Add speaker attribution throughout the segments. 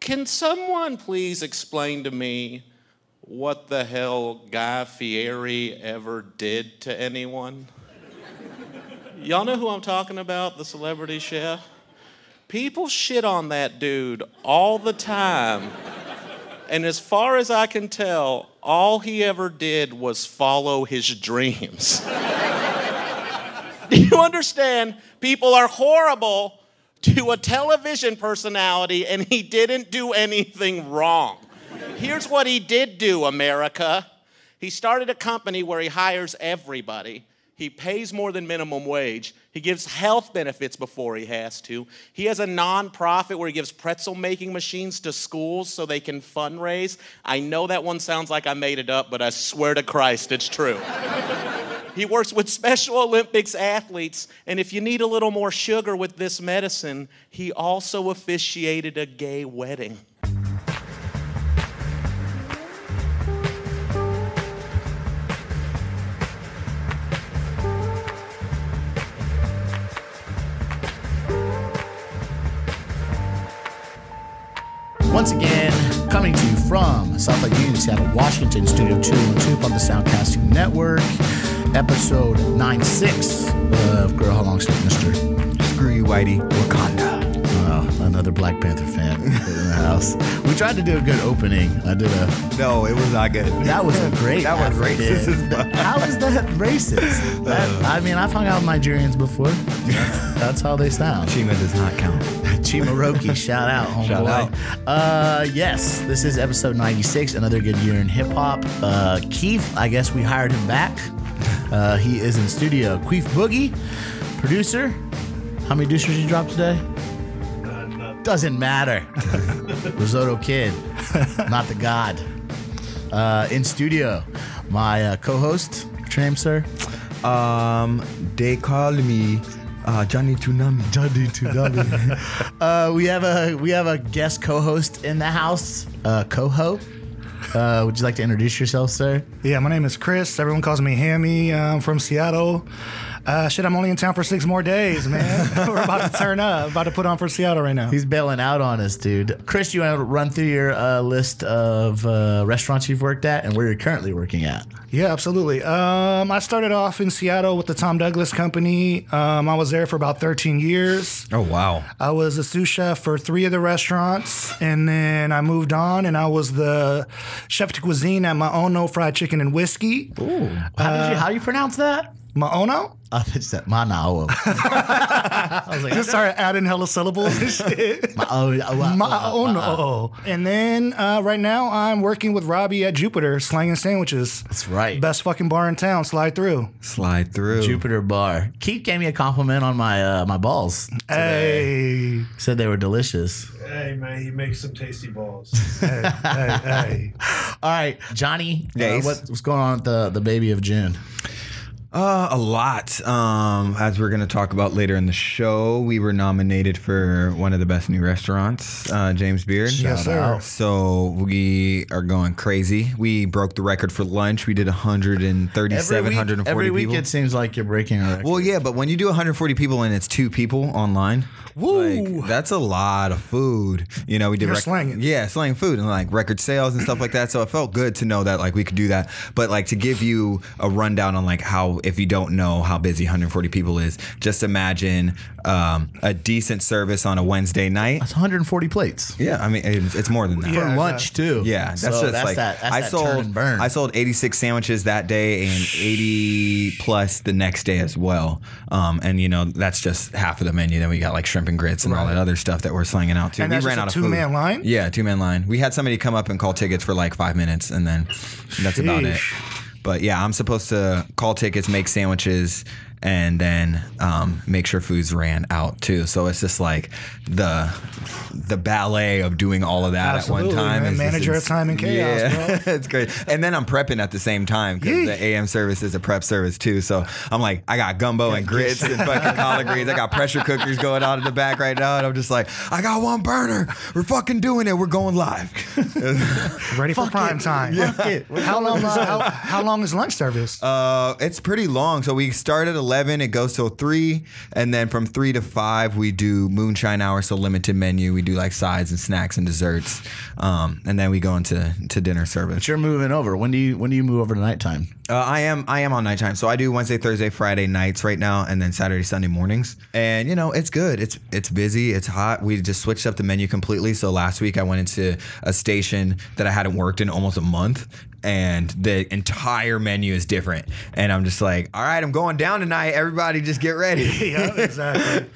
Speaker 1: Can someone please explain to me what the hell Guy Fieri ever did to anyone? Y'all know who I'm talking about, the celebrity chef? People shit on that dude all the time. And as far as I can tell, all he ever did was follow his dreams. Do you understand? People are horrible to a television personality, and he didn't do anything wrong. Here's what he did do, America. He started a company where he hires everybody. He pays more than minimum wage. He gives health benefits before he has to. He has a nonprofit where he gives pretzel making machines to schools so they can fundraise. I know that one sounds like I made it up, but I swear to Christ, it's true. He works with Special Olympics athletes, and if you need a little more sugar with this medicine, he also officiated a gay wedding.
Speaker 2: Once again, coming to you from South Lake Union, Seattle, Washington, Studio 212 on the Soundcasting Network, episode 96 of Girl How Long Sleep Mr.
Speaker 3: Screw you, Whitey. Wakanda.
Speaker 2: Oh, another Black Panther fan in the house. We tried to do a good opening. I did a.
Speaker 3: No, it was not good.
Speaker 2: That was a great.
Speaker 3: That was
Speaker 2: half a
Speaker 3: racist
Speaker 2: bit.
Speaker 3: as Uh. fuck.
Speaker 2: How is that racist? That- I mean, I've hung out with Nigerians before. That's, that's how they sound.
Speaker 3: Shima does not count.
Speaker 2: Chimaroki, shout out, homeboy.
Speaker 3: Shout out.
Speaker 2: Uh, yes, this is episode 96, another good year in hip hop. Uh, Keith, I guess we hired him back. Uh, he is in studio. Queef Boogie, producer. How many deucers you dropped today? Doesn't matter. Risotto Kid, not the god. Uh, in studio, my uh, co host, what's your name, sir?
Speaker 3: Um, they call me uh, Johnny Tsunami. Johnny Tsunami.
Speaker 2: Uh, we have a we have a guest co-host in the house. Uh, Coho, uh, would you like to introduce yourself, sir?
Speaker 4: Yeah, my name is Chris. Everyone calls me Hammy. I'm from Seattle. Uh, shit, I'm only in town for six more days, man. We're about to turn up. About to put on for Seattle right now.
Speaker 2: He's bailing out on us, dude. Chris, you want to run through your uh, list of uh, restaurants you've worked at and where you're currently working at?
Speaker 4: Yeah, absolutely. Um, I started off in Seattle with the Tom Douglas Company. Um, I was there for about 13 years.
Speaker 3: oh, wow.
Speaker 4: I was a sous chef for three of the restaurants, and then I moved on, and I was the chef de cuisine at My Ono Fried Chicken and Whiskey.
Speaker 2: How did you how do you pronounce that?
Speaker 4: My Ono?
Speaker 2: Uh, it's that Manao. I was like,
Speaker 4: Just started adding hella syllables and shit.
Speaker 2: oh, oh, oh,
Speaker 4: My
Speaker 2: oh,
Speaker 4: own.
Speaker 2: oh, oh.
Speaker 4: And then uh, right now I'm working with Robbie at Jupiter slanging sandwiches.
Speaker 2: That's right.
Speaker 4: Best fucking bar in town. Slide through.
Speaker 3: Slide through.
Speaker 2: Jupiter Bar. Keith gave me a compliment on my uh, my balls.
Speaker 4: Hey,
Speaker 2: Said they were delicious.
Speaker 5: Hey man, he makes some tasty balls.
Speaker 4: hey, hey, hey.
Speaker 2: All right, Johnny. uh,
Speaker 3: Yes.
Speaker 2: what- what's going on with the the baby of June?
Speaker 3: Uh, a lot. Um, as we're gonna talk about later in the show, we were nominated for one of the best new restaurants, uh, James Beard.
Speaker 4: Yes, sir. out.
Speaker 3: So we are going crazy. We broke the record for lunch. We did 137,
Speaker 2: every week,
Speaker 3: 140
Speaker 2: every week
Speaker 3: people.
Speaker 2: it seems like you're breaking a record.
Speaker 3: well, yeah, but when you do 140 people and it's two people online,
Speaker 4: Woo.
Speaker 3: like, that's a lot of food. You know, we did
Speaker 4: You're slanging.
Speaker 3: yeah, slang food and like record sales and stuff like that. So it felt good to know that like we could do that. But like to give you a rundown on like how if you don't know how busy 140 people is, just imagine um, a decent service on a Wednesday night.
Speaker 2: It's 140 plates
Speaker 3: Yeah, I mean it's, it's more than that.
Speaker 2: for
Speaker 4: Yeah,
Speaker 2: lunch too.
Speaker 3: Yeah, that's
Speaker 2: so
Speaker 3: just
Speaker 2: that's
Speaker 3: like
Speaker 2: that. That's
Speaker 3: I
Speaker 2: that
Speaker 3: sold.
Speaker 2: turn and burn.
Speaker 3: I sold 86 sandwiches that day and 80 plus the next day as well. Um, and you know that's just half of the menu. Then we got like shrimp and grits and all that other stuff that we're slinging out too.
Speaker 4: And
Speaker 3: we
Speaker 4: that's
Speaker 3: ran
Speaker 4: just a
Speaker 3: out of
Speaker 4: two-man
Speaker 3: food.
Speaker 4: line?
Speaker 3: Yeah, two man line. We had somebody come up and call tickets for like five minutes, and then that's about it.
Speaker 4: Sheesh.
Speaker 3: But yeah, I'm supposed to call tickets, make sandwiches, and then um, make sure foods ran out too. So it's just like the the ballet of doing all of that at
Speaker 4: Absolutely,
Speaker 3: one time.
Speaker 4: man.
Speaker 3: is just
Speaker 4: Manager of
Speaker 3: ins-
Speaker 4: time and chaos,
Speaker 3: Yeah, it's great. And then I'm prepping at the same time because the AM service is a prep service too. So I'm like, I got gumbo and grits and fucking collard greens. I got pressure cookers going on in the back right now, and I'm just like, I got one burner. We're fucking doing it. We're going live.
Speaker 4: Ready for prime time.
Speaker 2: Fuck it.
Speaker 4: How long is how, how long is lunch service?
Speaker 3: Uh, it's pretty long. So we start at 11, it goes till 3. And then from 3 to 5, we do moonshine hour, so limited menu. We do like sides and snacks and desserts. Um, and then we go into to dinner service.
Speaker 2: You're moving over. When do you when do you move over to nighttime?
Speaker 3: Uh, I am I am on nighttime, so I do Wednesday, Thursday, Friday nights right now, and then Saturday, Sunday mornings. And you know, it's good. It's it's busy. It's hot. We just switched up the menu completely. So last week I went into a station that I hadn't worked in almost a month, and the entire menu is different. And I'm just like, all right, I'm going down tonight. Everybody, just get ready.
Speaker 4: yeah, exactly.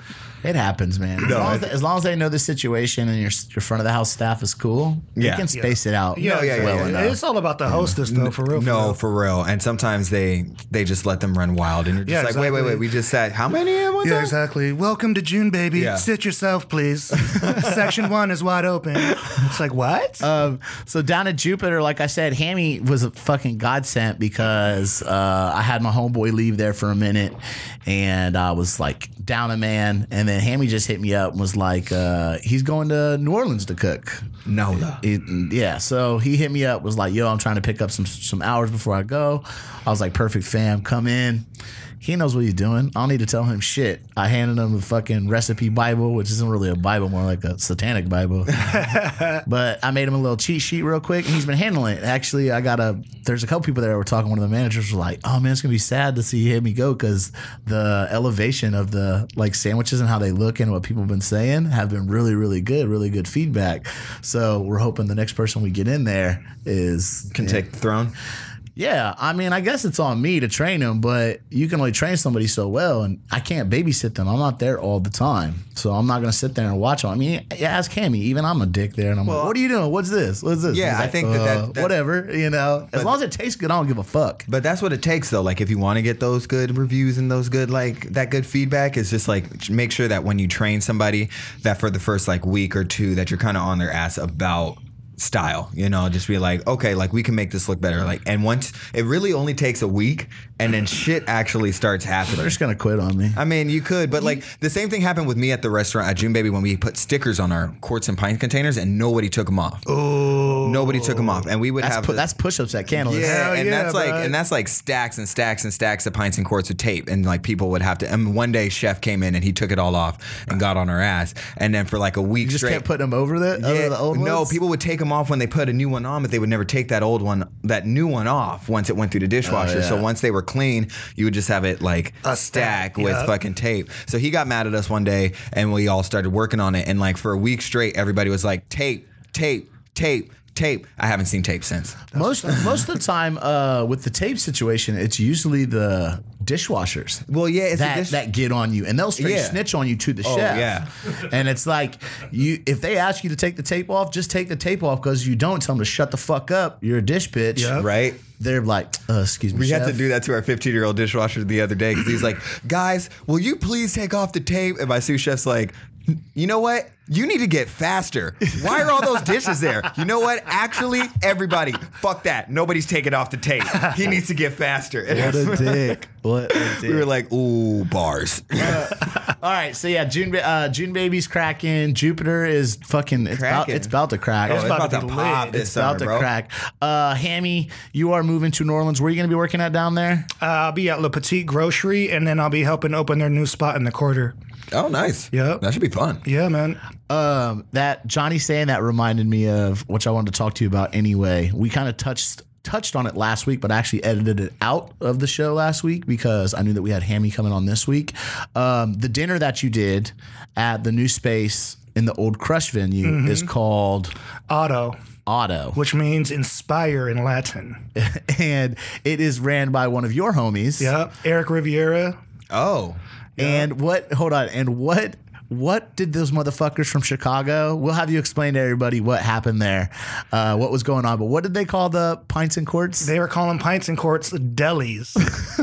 Speaker 2: It happens, man. As, long as, as long as they know the situation and your your front of the house staff is cool,
Speaker 3: Yeah.
Speaker 2: you can space it out.
Speaker 4: Yeah,
Speaker 3: yeah, yeah,
Speaker 4: exactly.
Speaker 3: yeah,
Speaker 2: enough.
Speaker 4: It's all about the hostess, though, for real. for
Speaker 3: No,
Speaker 4: real.
Speaker 3: for real. And sometimes they they just let them run wild, and you're just
Speaker 4: Yeah,
Speaker 3: like, wait, wait,
Speaker 4: exactly.
Speaker 3: wait. We just said how many? in one
Speaker 4: Yeah,
Speaker 3: time?
Speaker 4: exactly. Welcome to June, baby.
Speaker 3: Yeah.
Speaker 4: Sit yourself, please. Section one is wide open. It's like what?
Speaker 2: Um, so down at Jupiter, like I said, Hammy was a fucking godsend because uh, I had my homeboy leave there for a minute, and I was like down a man, and then Hammy just hit me up and was like, uh, he's going to New Orleans to cook.
Speaker 3: Nola.
Speaker 2: It- yeah, so he hit me up, was like, "Yo, I'm trying to pick up some some hours before I go." I was like, "Perfect, fam, come in." He knows what he's doing. I don't need to tell him shit. I handed him the fucking recipe Bible, which isn't really a Bible, more like a satanic Bible. but I made him a little cheat sheet real quick, and he's been handling it. Actually, I got a. There's a couple people there were talking. One of the managers was like, "Oh man, it's gonna be sad to see him go because the elevation of the like sandwiches and how they look and what people have been saying have been really, really good, really good feedback. So we're hoping the next person we get in there is
Speaker 3: Can take the throne.
Speaker 2: yeah, I mean, I guess it's on me to train them, but you can only train somebody so well, and I can't babysit them. I'm not there all the time, so I'm not gonna sit there and watch them. I mean, ask Cammy. Even I'm a dick there, and I'm like, "What are you doing? What's this? What's this?"
Speaker 3: Yeah,
Speaker 2: He's
Speaker 3: I
Speaker 2: like, "Uh,
Speaker 3: think that that- that-
Speaker 2: whatever, you know. As long as it tastes good, I don't give a fuck.
Speaker 3: But that's what it takes, though. Like, if you want to get those good reviews and those good, like, that good feedback, is just like make sure that when you train somebody, that for the first like week or two, that you're kind of on their ass about style. You know, just be like, okay, like we can make this look better. Like, and once it really only takes a week, and then shit actually starts
Speaker 2: They're
Speaker 3: happening.
Speaker 2: just gonna quit on me.
Speaker 3: I mean, you could, but like the same thing happened with me at the restaurant at June Baby when we put stickers on our quarts and pint containers, and nobody took them off. Oh, nobody took them off, and we would
Speaker 2: That's
Speaker 3: have
Speaker 2: pu-
Speaker 3: the-
Speaker 2: that's push-ups at Candlemas.
Speaker 3: yeah,
Speaker 4: Hell
Speaker 3: and
Speaker 4: yeah,
Speaker 3: that's like
Speaker 4: bud.
Speaker 3: and that's like stacks and stacks and stacks of pints and quarts of tape, and like people would have to. And one day, chef came in and he took it all off and got on her ass, and then for like a week
Speaker 2: you just
Speaker 3: straight.
Speaker 2: kept putting them over the, over
Speaker 3: yeah,
Speaker 2: the old
Speaker 3: no,
Speaker 2: ones?
Speaker 3: people would take them off when they put a new one on, but they would never take that old one, that new one off once it went through the dishwasher. So
Speaker 2: yeah.
Speaker 3: once they were clean, you would just have it like a
Speaker 4: stack,
Speaker 3: stack with
Speaker 4: yeah.
Speaker 3: fucking tape. So he got mad at us one day, and we all started working on it. And like for a week straight, everybody was like tape, tape, tape, tape. I haven't seen tape since.
Speaker 2: Most most of the time uh, with the tape situation, it's usually the dishwashers.
Speaker 3: Well, yeah, it's a
Speaker 2: that
Speaker 3: dish-
Speaker 2: that get on you, and they'll straight
Speaker 3: Yeah. Oh,
Speaker 2: snitch on you to the chef.
Speaker 3: yeah.
Speaker 2: and it's like you if they ask you to take the tape off, just take the tape off because you don't tell them to shut the fuck up. You're a dish bitch,
Speaker 4: Yeah.
Speaker 3: Right?
Speaker 2: They're like, uh, excuse me,
Speaker 3: We
Speaker 2: chef.
Speaker 3: had to do that to our 15 year old dishwasher the other day because he's like, guys, will you please take off the tape? And my sous chef's like, you know what? You need to get faster. Why are all those dishes there? You know what? Actually, everybody, fuck that. Nobody's taking off the tape. He needs to get faster.
Speaker 2: What a dick! What a dick!
Speaker 3: we were like, ooh, bars.
Speaker 2: All right, so yeah, June Ba- uh, June baby's cracking. Jupiter is fucking. It's, about,
Speaker 3: Cracking.
Speaker 2: it's about to crack.
Speaker 3: Oh, it's about to pop this
Speaker 2: It's about
Speaker 3: summer,
Speaker 2: to
Speaker 3: bro.
Speaker 2: crack. Uh, Hammy, you are moving to New Orleans. Where are you going to be working at down there?
Speaker 4: Uh, I'll be at Le Petite Grocery, and then I'll be helping open their new spot in the quarter.
Speaker 3: Oh, nice.
Speaker 4: Yep.
Speaker 3: That should be fun.
Speaker 4: Yeah, man.
Speaker 2: Um, that Johnny saying that reminded me of which I wanted to talk to you about anyway. We kind of touched touched on it last week, but I actually edited it out of the show last week because I knew that we had Hammy coming on this week. Um, the dinner that you did at the new space in the old Crush venue is called
Speaker 4: Auto,
Speaker 2: Auto,
Speaker 4: which means inspire in Latin.
Speaker 2: and it is ran by one of your homies.
Speaker 4: Yep. Eric Riviera.
Speaker 3: Oh.
Speaker 2: And what? Hold on. And what? What did those motherfuckers from Chicago? We'll have you explain to everybody what happened there, uh, what was going on. But what did they call the pints and quarts?
Speaker 4: They were calling pints and quarts delis.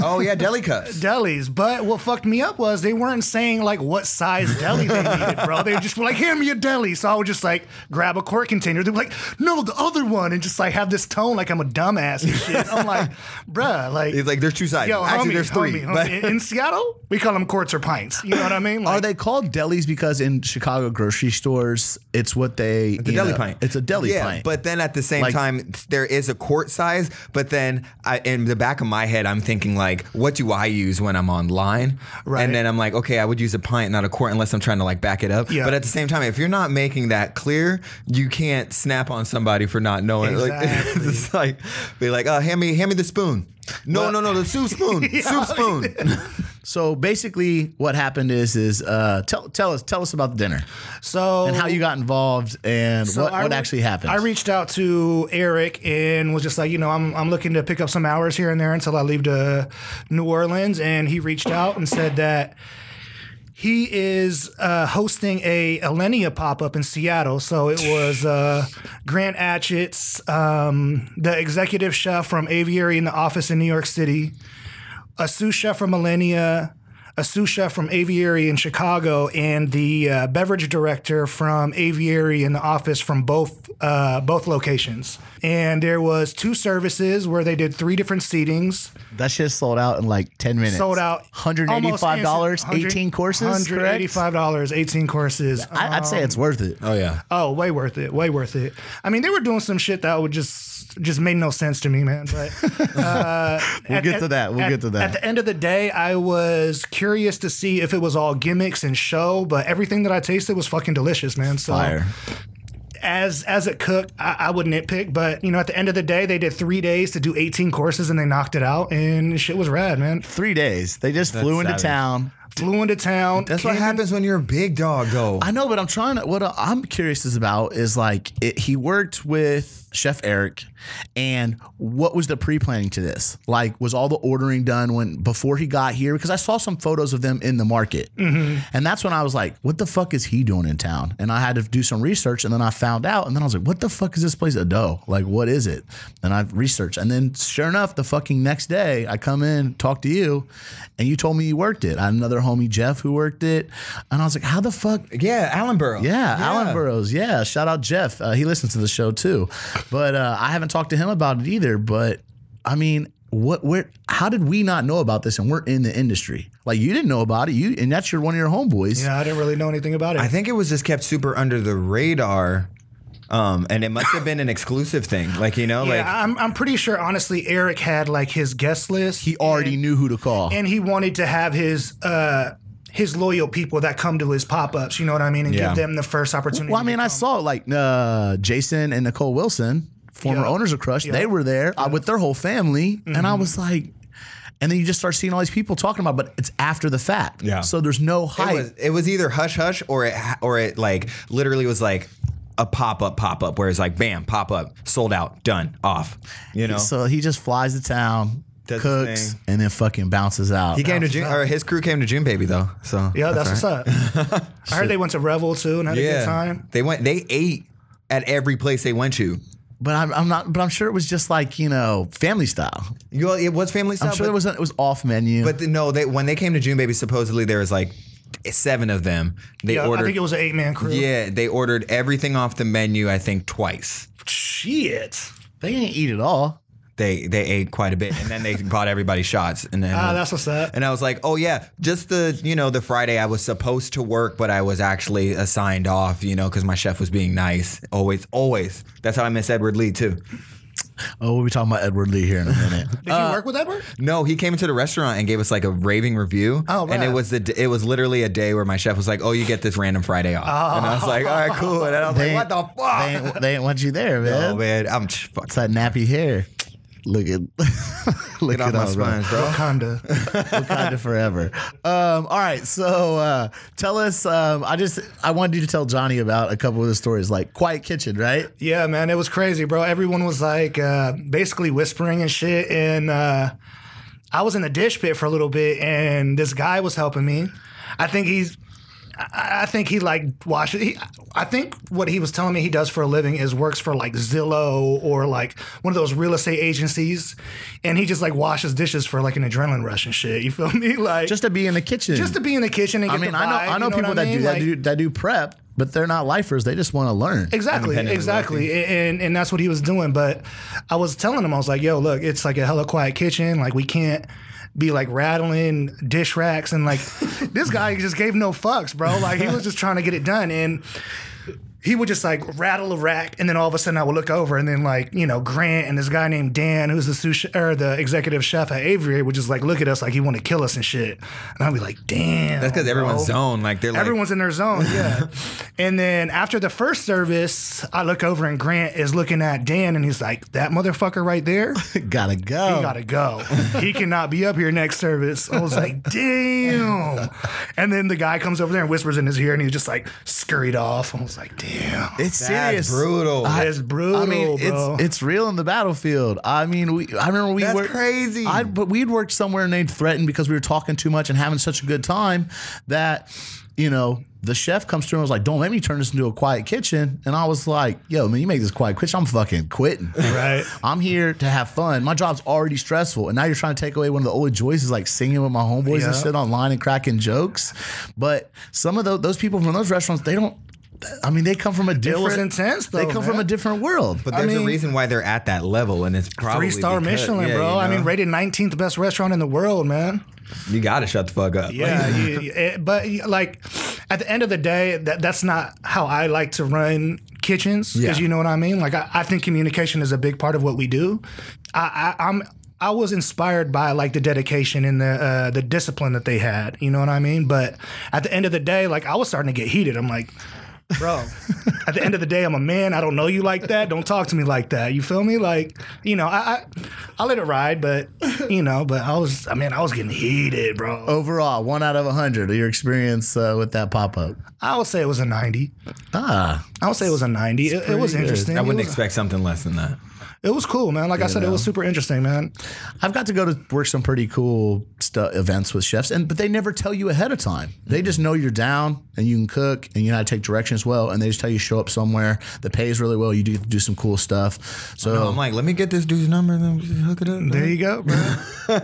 Speaker 3: Oh, yeah, deli cups.
Speaker 4: delis. But what fucked me up was they weren't saying like what size deli they needed, bro. They just were like, hand me a deli. So I would just like grab a quart container. They were like, no, the other one. And just like have this tone like I'm a dumbass and shit. I'm like, bruh, like.
Speaker 3: He's like, there's two sides.
Speaker 4: Yo,
Speaker 3: Actually,
Speaker 4: homie,
Speaker 3: there's three.
Speaker 4: homie,
Speaker 3: but-
Speaker 4: homie. In Seattle, we call them quarts or pints. You know what I mean?
Speaker 2: Are
Speaker 4: Like,
Speaker 2: they called delis because in Chicago grocery stores, it's what they
Speaker 3: It's a deli pint.
Speaker 2: It's a deli
Speaker 3: yeah,
Speaker 2: pint.
Speaker 3: But then at the same
Speaker 2: Like-
Speaker 3: time, there is a quart size. But then I, in the back of my head, I'm thinking like, what do I use when I'm online?
Speaker 4: Right.
Speaker 3: And then I'm like, okay, I would use a pint, not a quart, unless I'm trying to like back it up.
Speaker 4: Yeah.
Speaker 3: But at the same time, if you're not making that clear, you can't snap on somebody for not knowing.
Speaker 4: Exactly.
Speaker 3: Like, it's like be like, oh, hand me, hand me the spoon. No, no, no, the soup spoon, soup spoon.
Speaker 2: so basically, what happened is is uh, tell tell us tell us about the dinner
Speaker 4: So
Speaker 2: and how you got involved and
Speaker 4: Oh. So
Speaker 2: what,
Speaker 4: I
Speaker 2: what
Speaker 4: re-
Speaker 2: actually happened.
Speaker 4: I reached out to Eric and was just like, you know, I'm, I'm looking to pick up some hours here and there until I leave to New Orleans. And he reached out and said that he is uh, hosting a Alenia pop up in Seattle. So it was uh, Grant Atchett's, um, the executive chef from Aviary in the office in New York City, a sous chef from Alenia a sous chef from Aviary in Chicago and the uh, beverage director from Aviary in the office from both uh, both locations. And there was two services where they did three different seatings.
Speaker 2: that shit sold out in like ten minutes.
Speaker 4: Sold out.
Speaker 2: Hundred eighty-five dollars, eighteen courses.
Speaker 4: Hundred
Speaker 2: correct?
Speaker 4: eighty-five dollars, eighteen courses.
Speaker 2: I, I'd say it's worth it.
Speaker 3: Oh yeah.
Speaker 4: Oh, way worth it. Way worth it. I mean, they were doing some shit that would just just made no sense to me, man. But uh, we'll
Speaker 2: get to that. We'll get to that.
Speaker 4: At the end of the day, I was curious to see if it was all gimmicks and show, but everything that I tasted was fucking delicious, man. So
Speaker 2: Fire.
Speaker 4: as as a cook, I, I would nitpick, but you know, at the end of the day, they did three days to do 18 courses and they knocked it out, and shit was rad, man.
Speaker 2: Three days. They just flew into
Speaker 3: savage.
Speaker 2: town.
Speaker 4: Flew into town.
Speaker 3: That's what
Speaker 4: came in-
Speaker 3: happens when you're a big dog, though.
Speaker 2: I know, but I'm trying to. What I'm curious is about is like it, he worked with Chef Eric, and what was the pre-planning to this? Like, was all the ordering done when before he got here? Because I saw some photos of them in the market, and that's when I was like, "What the fuck is he doing in town?" And I had to do some research, and then I found out, and then I was like, "What the fuck is this place Ado? Like, what is it?" And I researched, and then sure enough, the fucking next day, I come in, talk to you, and you told me you worked it. I had another homie Jeff who worked it, and I was like, "How the fuck?"
Speaker 3: yeah, Allenboro.
Speaker 2: Yeah, Alan Burrows. Yeah, shout out Jeff. Uh, he listens to the show too, but uh, I haven't talked to him about it either. But I mean, what? Where? How did we not know about this? And we're in the industry. Like you didn't know about it. You and that's your one of your homeboys.
Speaker 4: Yeah, I didn't really know anything about it.
Speaker 3: I think it was just kept super under the radar. Um, and it must have been an exclusive thing. Like, you know, like
Speaker 4: yeah, I'm, I'm pretty sure, honestly, Eric had like his guest list.
Speaker 2: He already knew who to call.
Speaker 4: and he wanted to have his uh his loyal people that come to his pop ups, you know what I mean, and
Speaker 3: Yeah.
Speaker 4: give them the first opportunity.
Speaker 2: well, I mean, I saw like uh, Jason and Nicole Wilson, former
Speaker 4: Yeah. Mm-hmm.
Speaker 2: owners of Crush. They were there uh, with their whole family, and I was like. And then you just start seeing all these people talking about, but it's after the fact.
Speaker 3: Yeah.
Speaker 2: So there's no
Speaker 3: it
Speaker 2: hype.
Speaker 3: was it was either hush hush or it ha- or it like literally was like a pop up pop up where it's like bam, pop up, sold out, done, off. You know?
Speaker 2: So he just flies to town,
Speaker 3: Does his
Speaker 2: cooks,
Speaker 3: thing.
Speaker 2: and then fucking bounces out.
Speaker 3: he came to June or his crew came to June baby though. So
Speaker 4: yeah, that's what's up. I heard they went to Revel too and had a good time.
Speaker 3: They went they ate at every place they went to.
Speaker 2: but I'm, I'm not. But I'm sure it was just like you know family style.
Speaker 3: You know, it was family style.
Speaker 2: I'm sure
Speaker 3: but-
Speaker 2: there was it was off menu.
Speaker 3: But the- no, they when they came to June Baby, supposedly there was like seven of them. They
Speaker 4: Yeah,
Speaker 3: ordered.
Speaker 4: I think it was an eight man crew.
Speaker 3: yeah, they ordered everything off the menu. I think twice.
Speaker 4: Shit.
Speaker 2: they didn't eat at all.
Speaker 3: They they ate quite a bit, and then they bought everybody shots. And then
Speaker 4: Ah, that's what's up.
Speaker 3: and I was like, oh yeah, just the you know the Friday I was supposed to work, but I was actually assigned off, you know, because my chef was being nice. Always, always. That's how I miss Edward Lee too.
Speaker 2: Oh, we'll be talking about Edward Lee here in a minute.
Speaker 4: Did
Speaker 3: Uh,
Speaker 4: you work with Edward?
Speaker 3: No, he came into the restaurant and gave us like a raving review.
Speaker 4: Oh,
Speaker 3: And it
Speaker 4: right.
Speaker 3: was the d- it was literally a day where my chef was like, "Oh, you get this random Friday off," and I was like, "All right, cool." And I was
Speaker 2: They-
Speaker 3: like, "What the fuck?"
Speaker 2: they, ain't, they ain't want you there, man.
Speaker 3: oh man, I'm ch- fuck.
Speaker 2: It's that nappy hair. Look at look
Speaker 3: Get
Speaker 2: at
Speaker 3: off my
Speaker 2: us, bro.
Speaker 3: sponge, bro.
Speaker 4: Wakanda.
Speaker 2: Wakanda forever. Um, all right, so uh, tell us. Um, I just I wanted you to tell Johnny about a couple of the stories, like Quiet Kitchen, right?
Speaker 4: yeah, man, it was crazy, bro. Everyone was like uh, basically whispering and shit. And uh, I was in the dish pit for a little bit, and this guy was helping me. I think he's I I think he like washes. He, I think what he was telling me he does for a living is works for like Zillow or like one of those real estate agencies, and he just like washes dishes for like an adrenaline rush and shit. You feel me? Like
Speaker 2: Just to be in the kitchen.
Speaker 4: just to be in the kitchen and
Speaker 2: I
Speaker 4: get
Speaker 2: mean,
Speaker 4: the
Speaker 2: I know
Speaker 4: vibe,
Speaker 2: I know,
Speaker 4: you
Speaker 2: people
Speaker 4: what
Speaker 2: that
Speaker 4: I mean?
Speaker 2: do that
Speaker 4: Like-
Speaker 2: do that do prep, but they're not lifers. They just want to learn.
Speaker 4: Exactly,
Speaker 3: Independent
Speaker 4: exactly, and and that's what he was doing. But I was telling him, I was like, "Yo, look, it's like a hella quiet kitchen. Like we can't be like rattling dish racks and like this guy just gave no fucks, bro. Like he was just trying to get it done and." He would just like rattle a rack, and then all of a sudden I would look over, and then like you know Grant and this guy named Dan, who's the sous or the executive chef at Avery, would just like look at us like he wanted to kill us and shit, and I'd be like, damn.
Speaker 3: That's because everyone's
Speaker 4: bro.
Speaker 3: zoned. Like they're like,
Speaker 4: Everyone's in their zone, yeah. and then after the first service, I look over and Grant is looking at Dan and he's like, that motherfucker right there, he
Speaker 2: Gotta go.
Speaker 4: gotta go. he cannot be up here next service. I was like, damn. And then the guy comes over there and whispers in his ear and he's just like scurried off. I was like, damn.
Speaker 2: it's
Speaker 3: that's
Speaker 2: serious.
Speaker 3: brutal.
Speaker 4: That's brutal,
Speaker 2: I mean,
Speaker 4: bro.
Speaker 2: it's it's real in the battlefield. I mean, we I remember we
Speaker 3: That's
Speaker 2: were
Speaker 3: crazy.
Speaker 2: I but we'd worked somewhere and they'd threatened because we were talking too much and having such a good time that you know the chef comes through and was like, "Don't let me turn this into a quiet kitchen." And I was like, "Yo, man, you make this quiet kitchen, I'm fucking quitting."
Speaker 4: right.
Speaker 2: I'm here to have fun. My job's already stressful, and now you're trying to take away one of the old joys, is like singing with my homeboys and
Speaker 4: Yeah.
Speaker 2: shit online and cracking jokes. But some of those, those people from those restaurants, they don't. I mean, they come from a different.
Speaker 4: intense,
Speaker 2: They
Speaker 4: though,
Speaker 2: come from
Speaker 4: man.
Speaker 2: a different world.
Speaker 3: but there's a
Speaker 4: mean-
Speaker 3: reason why they're at that level, and it's probably
Speaker 4: Three star
Speaker 3: because-
Speaker 4: Michelin,
Speaker 3: yeah,
Speaker 4: bro.
Speaker 3: you
Speaker 4: I mean,
Speaker 3: know?
Speaker 4: rated 19th best restaurant in the world, man.
Speaker 3: you gotta shut the fuck up.
Speaker 4: Yeah, you, you- it, but you- like at the end of the day, that that's not how I like to run kitchens. Because
Speaker 3: Yeah.
Speaker 4: you know what I mean. Like I, I think communication is a big part of what we do. I, I, I'm. I was inspired by like the dedication and the uh, the discipline that they had. You know what I mean. But at the end of the day, like I was starting to get heated. I'm like, bro. at the end of the day, I'm a man. I don't know you like that. Don't talk to me like that. You feel me? Like, you know, I I, I let it ride, but you know, but I was, I mean, I was getting heated, bro.
Speaker 2: Overall, one out of a hundred. Your experience uh, with that pop up.
Speaker 4: I would say it was a 90.
Speaker 2: Ah,
Speaker 4: I would say it was a 90. It, it was
Speaker 2: pretty good.
Speaker 4: interesting.
Speaker 3: I wouldn't
Speaker 4: it, was,
Speaker 3: expect something less than that.
Speaker 4: it was cool, man. Like I said, it was super interesting, man.
Speaker 2: I've got to go to work some pretty cool stu- events with chefs, and but they never tell you ahead of time. They just know you're down and you can cook and you know how to take directions well, and they just tell you show up somewhere that pays really well. You do do some cool stuff. So
Speaker 3: I'm like, let me get this dude's number and then we just hook it up.
Speaker 4: Oh. There you go, bro.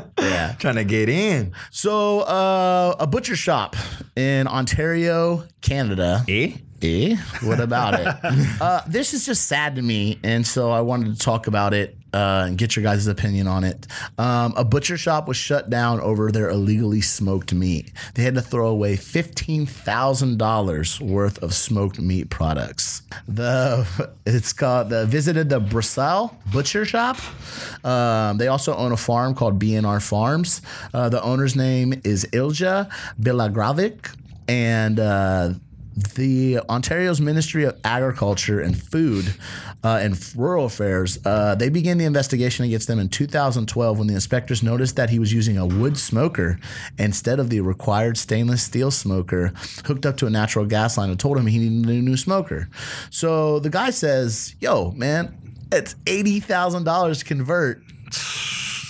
Speaker 3: Trying to get in.
Speaker 2: So, uh, a butcher shop in Ontario, Canada.
Speaker 3: Eh?
Speaker 2: Eh? What about it? uh, this is just sad to me, and so I wanted to talk about it uh, and get your guys' opinion on it. Um, a butcher shop was shut down over their illegally smoked meat. They had to throw away fifteen thousand dollars worth of smoked meat products. The it's called the visited the Brussels butcher shop. Um, they also own a farm called BNR Farms. Uh, the owner's name is Ilja Bilagravic, and uh, the Ontario's Ministry of Agriculture and Food uh, and Rural Affairs, uh, they began the investigation against them in 2012 when the inspectors noticed that he was using a wood smoker instead of the required stainless steel smoker hooked up to a natural gas line and told him he needed a new, new smoker. So the guy says, Yo, man, it's $80,000 to convert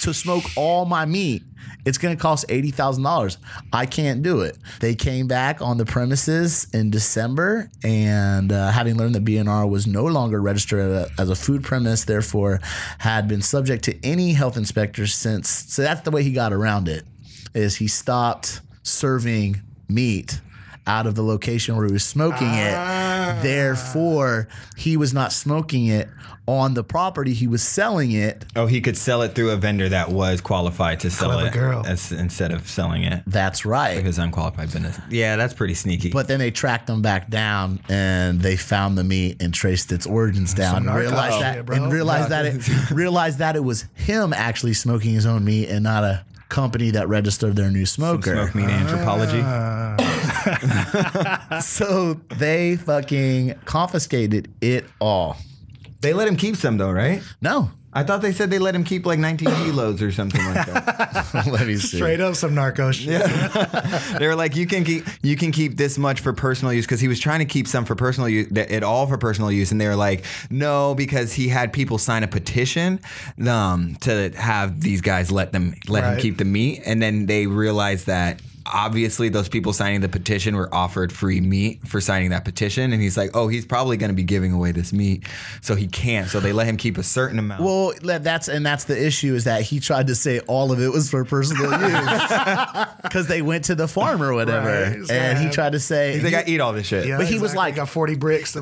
Speaker 2: to smoke all my meat. It's going to cost $80,000. I can't do it. They came back on the premises in December, and uh, having learned that BNR was no longer registered a- as a food premise, therefore had been subject to any health inspectors since. So that's the way he got around it, is he stopped serving meat out of the location where he was smoking it. Therefore, he was not smoking it on the property. He was selling it
Speaker 3: Oh, he could sell it through a vendor that was qualified to sell
Speaker 4: Clever
Speaker 3: it
Speaker 4: girl.
Speaker 3: as- instead of selling it.
Speaker 2: That's right.
Speaker 3: His unqualified business. Yeah, that's pretty sneaky.
Speaker 2: but then they tracked them back down and they found the meat and traced its origins down and
Speaker 4: narco
Speaker 2: realized that
Speaker 4: shit, bro.
Speaker 2: and realized that it realized that it was him actually smoking his own meat and not a company that registered their new smoker.
Speaker 3: smoke meat anthropology.
Speaker 4: Ah.
Speaker 2: So they fucking confiscated it all.
Speaker 3: They let him keep some though, right?
Speaker 2: No.
Speaker 3: I thought they said they let him keep like 19 kilos or something like that.
Speaker 2: Let me see.
Speaker 4: Straight up some narco shit.
Speaker 3: they were like, you can keep you can keep this much for personal use because he was trying to keep some for personal use, that- it all for personal use, and they were like, no, because he had people sign a petition um, to have these guys let them let him
Speaker 4: Right.
Speaker 3: keep the meat, and then they realized that. obviously those people signing the petition were offered free meat for signing that petition. And he's like, oh, he's probably going to be giving away this meat. So he can't. So they let him keep a certain amount.
Speaker 2: Well, that- that's and that's the issue is that he tried to say all of it was for personal use because they went to the farm or whatever,
Speaker 4: Right,
Speaker 2: and he
Speaker 4: yeah.
Speaker 2: tried to say
Speaker 3: he's like, I eat all this shit.
Speaker 4: Yeah,
Speaker 2: But he was like-
Speaker 4: I got 40 bricks. To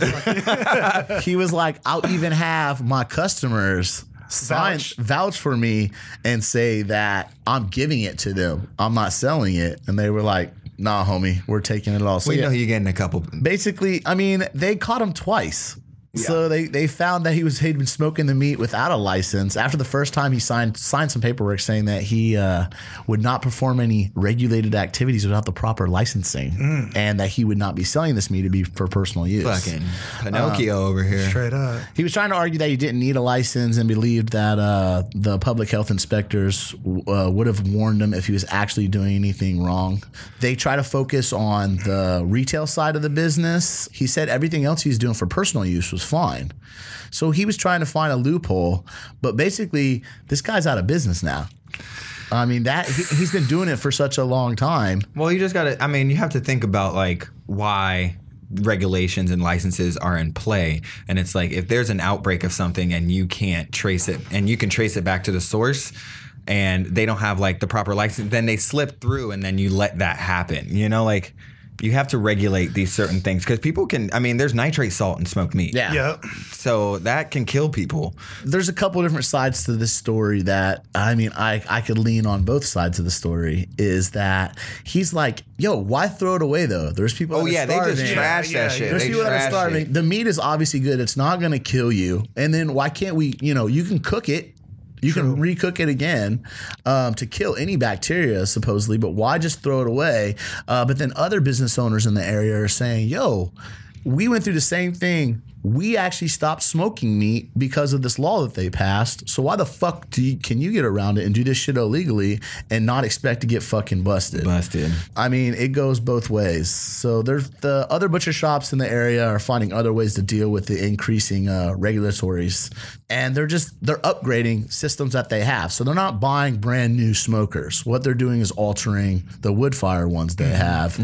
Speaker 4: fucking-
Speaker 2: he was like, I'll even have my customers sign vouch.
Speaker 4: Vouch.
Speaker 2: for me and say that I'm giving it to them. I'm not selling it. And they were like, nah, homie, we're taking it all. So
Speaker 3: We
Speaker 2: yeah,
Speaker 3: know you're getting a couple.
Speaker 2: basically, I mean, they caught him twice. So they, they found that he was he'd been smoking the meat without a license. After the first time, he signed signed some paperwork saying that he uh, would not perform any regulated activities without the proper licensing, and that he would not be selling this meat to be for personal use.
Speaker 3: Mm. Fucking Pinocchio
Speaker 2: Um,
Speaker 3: over here.
Speaker 4: Straight up.
Speaker 2: He was trying to argue that he didn't need a license and believed that uh, the public health inspectors uh, would have warned him if he was actually doing anything wrong. They try to focus on the retail side of the business. He said everything else he was doing for personal use was fine. So he was trying to find a loophole, but basically, this guy's out of business now. I mean, that he, he's been doing it for such a long time.
Speaker 3: Well, you just got to, I mean, you have to think about like why regulations and licenses are in play. And it's like if there's an outbreak of something and you can't trace it and you can trace it back to the source and they don't have like the proper license, then they slip through and then you let that happen. You know, like you have to regulate these certain things because people can, I mean, there's nitrate salt in smoked meat.
Speaker 2: Yeah.
Speaker 4: Yep.
Speaker 3: So that can kill people.
Speaker 2: there's a couple different sides to this story that I mean I I could lean on both sides of the story is that he's like yo why throw it away though there's people
Speaker 3: Oh,
Speaker 2: that are
Speaker 3: yeah. They
Speaker 2: starving.
Speaker 3: just trash
Speaker 4: yeah,
Speaker 3: that shit.
Speaker 2: there's
Speaker 3: They
Speaker 2: people that
Speaker 3: trash
Speaker 2: are
Speaker 3: it.
Speaker 2: starving the meat is obviously good it's not gonna kill you and then why can't we you know you can cook it you can recook it again um, to kill any bacteria supposedly but why just throw it away uh, but then other business owners in the area are saying yo we went through the same thing. We actually stopped smoking meat because of this law that they passed. So why the fuck do you, can you get around it and do this shit illegally and not expect to get fucking busted?
Speaker 3: Busted.
Speaker 2: I mean, it goes both ways. So there's the other butcher shops in the area are finding other ways to deal with the increasing uh, regulatories, and they're just they're upgrading systems that they have. So they're not buying brand new smokers. What they're doing is altering the wood fire ones they have,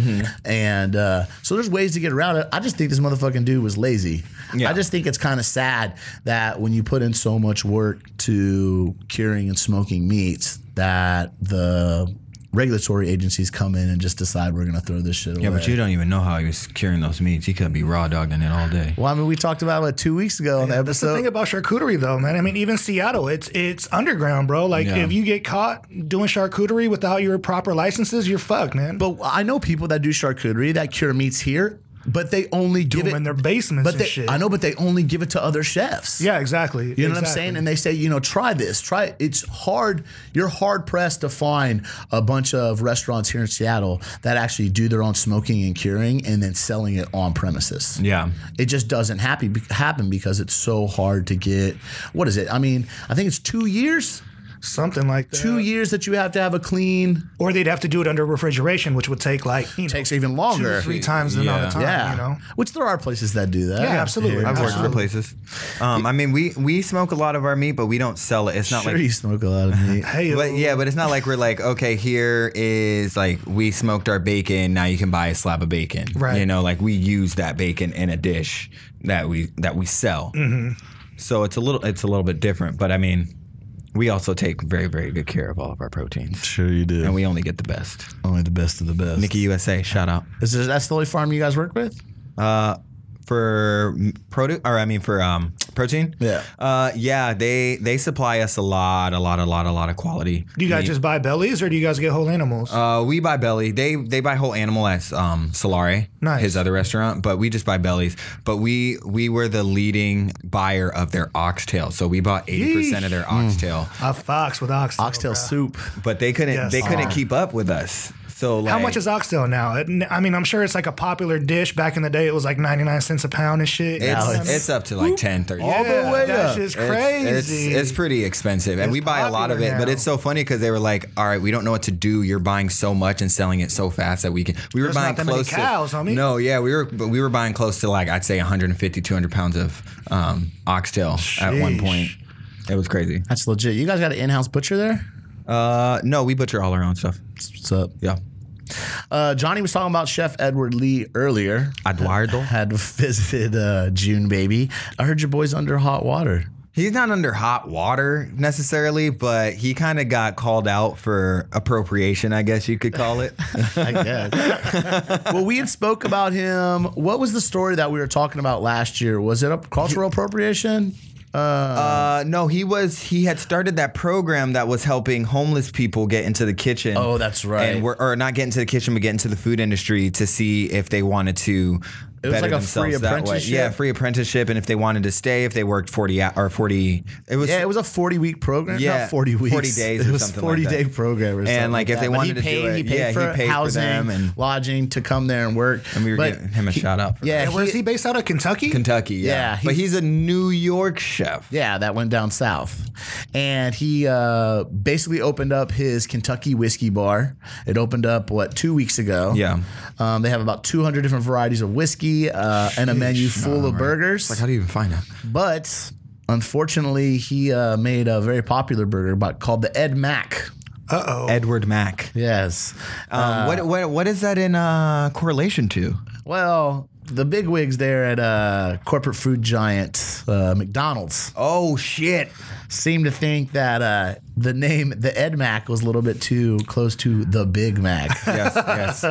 Speaker 2: and uh, so there's ways to get around it. I just think this motherfucking dude was lazy. I just think it's kind of sad that when you put in so much work to curing and smoking meats, that the regulatory agencies come in and just decide we're going to throw this shit away.
Speaker 3: Yeah, but you don't even know how he was curing those meats. He could be raw dogging it all day.
Speaker 2: well, I mean, we talked about it two weeks ago on the
Speaker 4: That's the
Speaker 2: episode.
Speaker 4: thing about charcuterie, though, man. I mean, even Seattle, it's it's underground, bro. Like,
Speaker 3: Yeah.
Speaker 4: if you get caught doing charcuterie without your proper licenses, you're fucked, man.
Speaker 2: but I know people that do charcuterie that cure meats here, but they only give
Speaker 4: them
Speaker 2: it
Speaker 4: in their basements
Speaker 2: But
Speaker 4: and
Speaker 2: they,
Speaker 4: shit.
Speaker 2: I know, but they only give it to other chefs.
Speaker 4: yeah, exactly.
Speaker 2: You know what I'm saying? And they say, you know, try this, try it. It's hard. You're hard pressed to find a bunch of restaurants here in Seattle that actually do their own smoking and curing and then selling it on premises.
Speaker 3: Yeah.
Speaker 2: It just doesn't happy, happen because it's so hard to get. What is it? I mean, I think it's two years.
Speaker 4: Something like that.
Speaker 2: Two years that you have to have a clean
Speaker 4: or they'd have to do it under refrigeration, which would take like you know,
Speaker 2: takes even longer.
Speaker 4: two, three times the amount of time.
Speaker 2: yeah,
Speaker 4: You know,
Speaker 2: which there are places that do that.
Speaker 4: Yeah, absolutely.
Speaker 3: I've worked for
Speaker 4: Absolutely.
Speaker 3: places. Um, I mean, we we smoke a lot of our meat, but we don't sell it. It's not
Speaker 2: sure,
Speaker 3: like.
Speaker 2: you smoke a lot of meat.
Speaker 4: Hey,
Speaker 3: But yeah, but it's not like we're like, okay, here is like we smoked our bacon. Now you can buy a slab of bacon.
Speaker 4: Right.
Speaker 3: You know, like we use that bacon in a dish that we that we sell.
Speaker 2: Mm-hmm.
Speaker 3: So it's a little it's a little bit different. But I mean, we also take very very good care of all of our proteins,
Speaker 2: sure, you do.
Speaker 3: and we only get the best.
Speaker 2: Only the best of the best.
Speaker 3: Nikki USA, shout out
Speaker 2: is this, that's the only farm you guys work with?
Speaker 3: for produce or I mean for um protein.
Speaker 2: Yeah.
Speaker 3: Uh, yeah, they they supply us a lot, a lot, a lot, a lot of quality.
Speaker 4: do you guys just buy bellies or do you guys get whole animals?
Speaker 3: Uh, we buy belly. They they buy whole animal at um, Solare,
Speaker 4: Nice.
Speaker 3: his other restaurant, but we just buy bellies. But we we were the leading buyer of their oxtail, so we bought eighty percent of their oxtail.
Speaker 4: a fox with oxtail.
Speaker 2: Oxtail
Speaker 4: bro.
Speaker 2: soup.
Speaker 3: But they couldn't
Speaker 4: Mm. Yes.
Speaker 3: they couldn't keep up with us. So like,
Speaker 4: How much is oxtail now? It- I mean, I'm sure it's like a popular dish. Back in the day, it was like 99 cents a pound and shit.
Speaker 3: It's,
Speaker 4: Yeah.
Speaker 3: it's, up to like 10, 30.
Speaker 2: All
Speaker 4: Yeah,
Speaker 2: the way
Speaker 4: that
Speaker 2: up.
Speaker 4: shit's
Speaker 3: It's-
Speaker 4: crazy.
Speaker 3: It's, it's pretty expensive, and we buy a lot of it.
Speaker 4: popular
Speaker 3: But
Speaker 4: now.
Speaker 3: it's so funny because they were like, "All right, we don't know what to do. You're buying so much and selling it so fast that we can." We were
Speaker 4: There's
Speaker 3: buying
Speaker 4: not that many
Speaker 3: close
Speaker 4: cows,
Speaker 3: to
Speaker 4: homie.
Speaker 3: no, yeah, we were, but we were buying close to like I'd say 150, 200 pounds of um, oxtail at one
Speaker 4: Sheesh.
Speaker 3: point. It was crazy.
Speaker 2: That's legit. You guys got an in-house butcher there?
Speaker 3: Uh, no, we butcher all our own stuff.
Speaker 2: What's up?
Speaker 3: Yeah.
Speaker 2: Uh, Johnny was talking about Chef Edward Lee earlier.
Speaker 3: Eduardo.
Speaker 2: Had visited uh, June Baby. I heard your boy's under hot water.
Speaker 3: He's not under hot water necessarily, but he kind of got called out for appropriation, I guess you could call it.
Speaker 2: I guess. well, we had spoke about him. What was the story that we were talking about last year? Was it a cultural appropriation?
Speaker 3: Uh, no, he was. He had started that program that was helping homeless people get into the kitchen.
Speaker 2: Oh, that's right.
Speaker 3: And were, or not get into the kitchen, but get into the food industry to see if they wanted to.
Speaker 2: It was
Speaker 3: better
Speaker 2: like a
Speaker 3: themselves
Speaker 2: free
Speaker 3: that way.
Speaker 2: apprenticeship?
Speaker 3: Yeah, free apprenticeship, and if they wanted to stay, if they worked forty hou- or forty, it was.
Speaker 2: Yeah, it was a forty-week program.
Speaker 3: Yeah,
Speaker 2: not forty weeks.
Speaker 3: 40 days
Speaker 2: It
Speaker 3: or
Speaker 2: was
Speaker 3: something like
Speaker 2: forty-day
Speaker 3: that.
Speaker 2: program. Or
Speaker 3: And,
Speaker 2: something
Speaker 3: like, if
Speaker 2: that.
Speaker 3: they
Speaker 2: But
Speaker 3: wanted to
Speaker 2: he
Speaker 3: do
Speaker 2: paid,
Speaker 3: it-
Speaker 2: he paid
Speaker 3: yeah, he
Speaker 2: for
Speaker 3: paid for
Speaker 2: housing
Speaker 3: them and-
Speaker 2: lodging to come there and work.
Speaker 3: and we were
Speaker 2: But
Speaker 3: giving him a shout out. For
Speaker 2: yeah,
Speaker 4: And where's
Speaker 2: he-
Speaker 4: he based out of? Kentucky?
Speaker 3: Kentucky. Yeah,
Speaker 2: Yeah, he-
Speaker 3: but he's a New York chef.
Speaker 2: Yeah, that went down south. And he uh, basically opened up his Kentucky whiskey bar. It opened up, what, two weeks ago?
Speaker 3: Yeah.
Speaker 2: Um, they have about 200 different varieties of whiskey uh, and a menu full of burgers.
Speaker 3: Like, how do you even find out?
Speaker 2: but unfortunately, he uh, made a very popular burger but called the Ed Mac. Oh.
Speaker 3: Edward Mack.
Speaker 2: Yes.
Speaker 3: Um,
Speaker 2: Uh.
Speaker 3: what, what what is that in uh, correlation to?
Speaker 2: Well, the bigwigs there at uh, corporate food giant uh, McDonald's
Speaker 3: Oh shit!
Speaker 2: seem to think that uh, the name the Ed Mac was a little bit too close to the Big Mac.
Speaker 3: Yes, yes.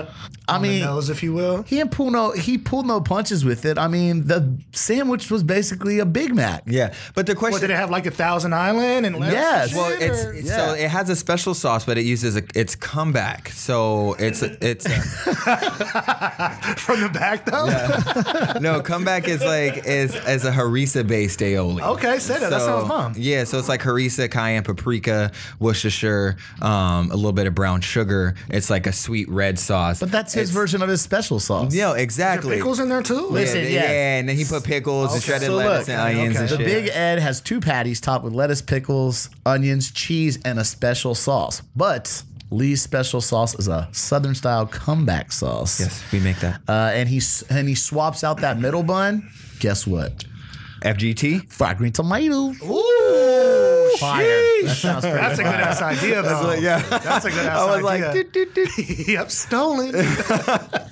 Speaker 2: I mean,
Speaker 4: Nose, if you will.
Speaker 2: he didn't pull no he pulled no punches with it. I mean, the sandwich was basically a Big Mac.
Speaker 3: Yeah, but the question
Speaker 4: What did it have like a thousand island and lettuce
Speaker 2: Yes.
Speaker 4: and
Speaker 2: Well,
Speaker 4: shit,
Speaker 3: it's,
Speaker 4: or-
Speaker 3: it's-
Speaker 2: Yeah.
Speaker 3: so it has a special sauce, but it uses a, its comeback. So it's it's uh,
Speaker 4: from the back though.
Speaker 3: no comeback is like is as a harissa based aioli.
Speaker 4: Okay, said it. That sounds bomb.
Speaker 3: Yeah, so it's like harissa, cayenne paprika, Worcestershire, um, a little bit of brown sugar. It's like a sweet red sauce.
Speaker 2: But that's his
Speaker 3: It's-
Speaker 2: version of his special sauce.
Speaker 3: No, exactly.
Speaker 4: Pickles in there too.
Speaker 2: Listen,
Speaker 3: yeah,
Speaker 2: yeah.
Speaker 3: and then he put pickles and shredded
Speaker 2: so
Speaker 3: lettuce
Speaker 2: look,
Speaker 3: and onions
Speaker 4: okay.
Speaker 3: and
Speaker 2: The
Speaker 3: shit.
Speaker 2: Big Ed has two patties topped with lettuce, pickles, onions, cheese, and a special sauce. But Lee's special sauce is a Southern style comeback sauce.
Speaker 3: yes, we make that.
Speaker 2: Uh, and he s- and he swaps out that middle bun. Guess what?
Speaker 3: FGT.
Speaker 2: Fried green tomato.
Speaker 3: Ooh,
Speaker 2: Fire. That sounds pretty
Speaker 4: That's a good ass idea though. That's
Speaker 3: like- yeah.
Speaker 4: That's a good ass
Speaker 3: I was
Speaker 4: idea.
Speaker 3: like, doot, doot, doot.
Speaker 4: yep, stolen.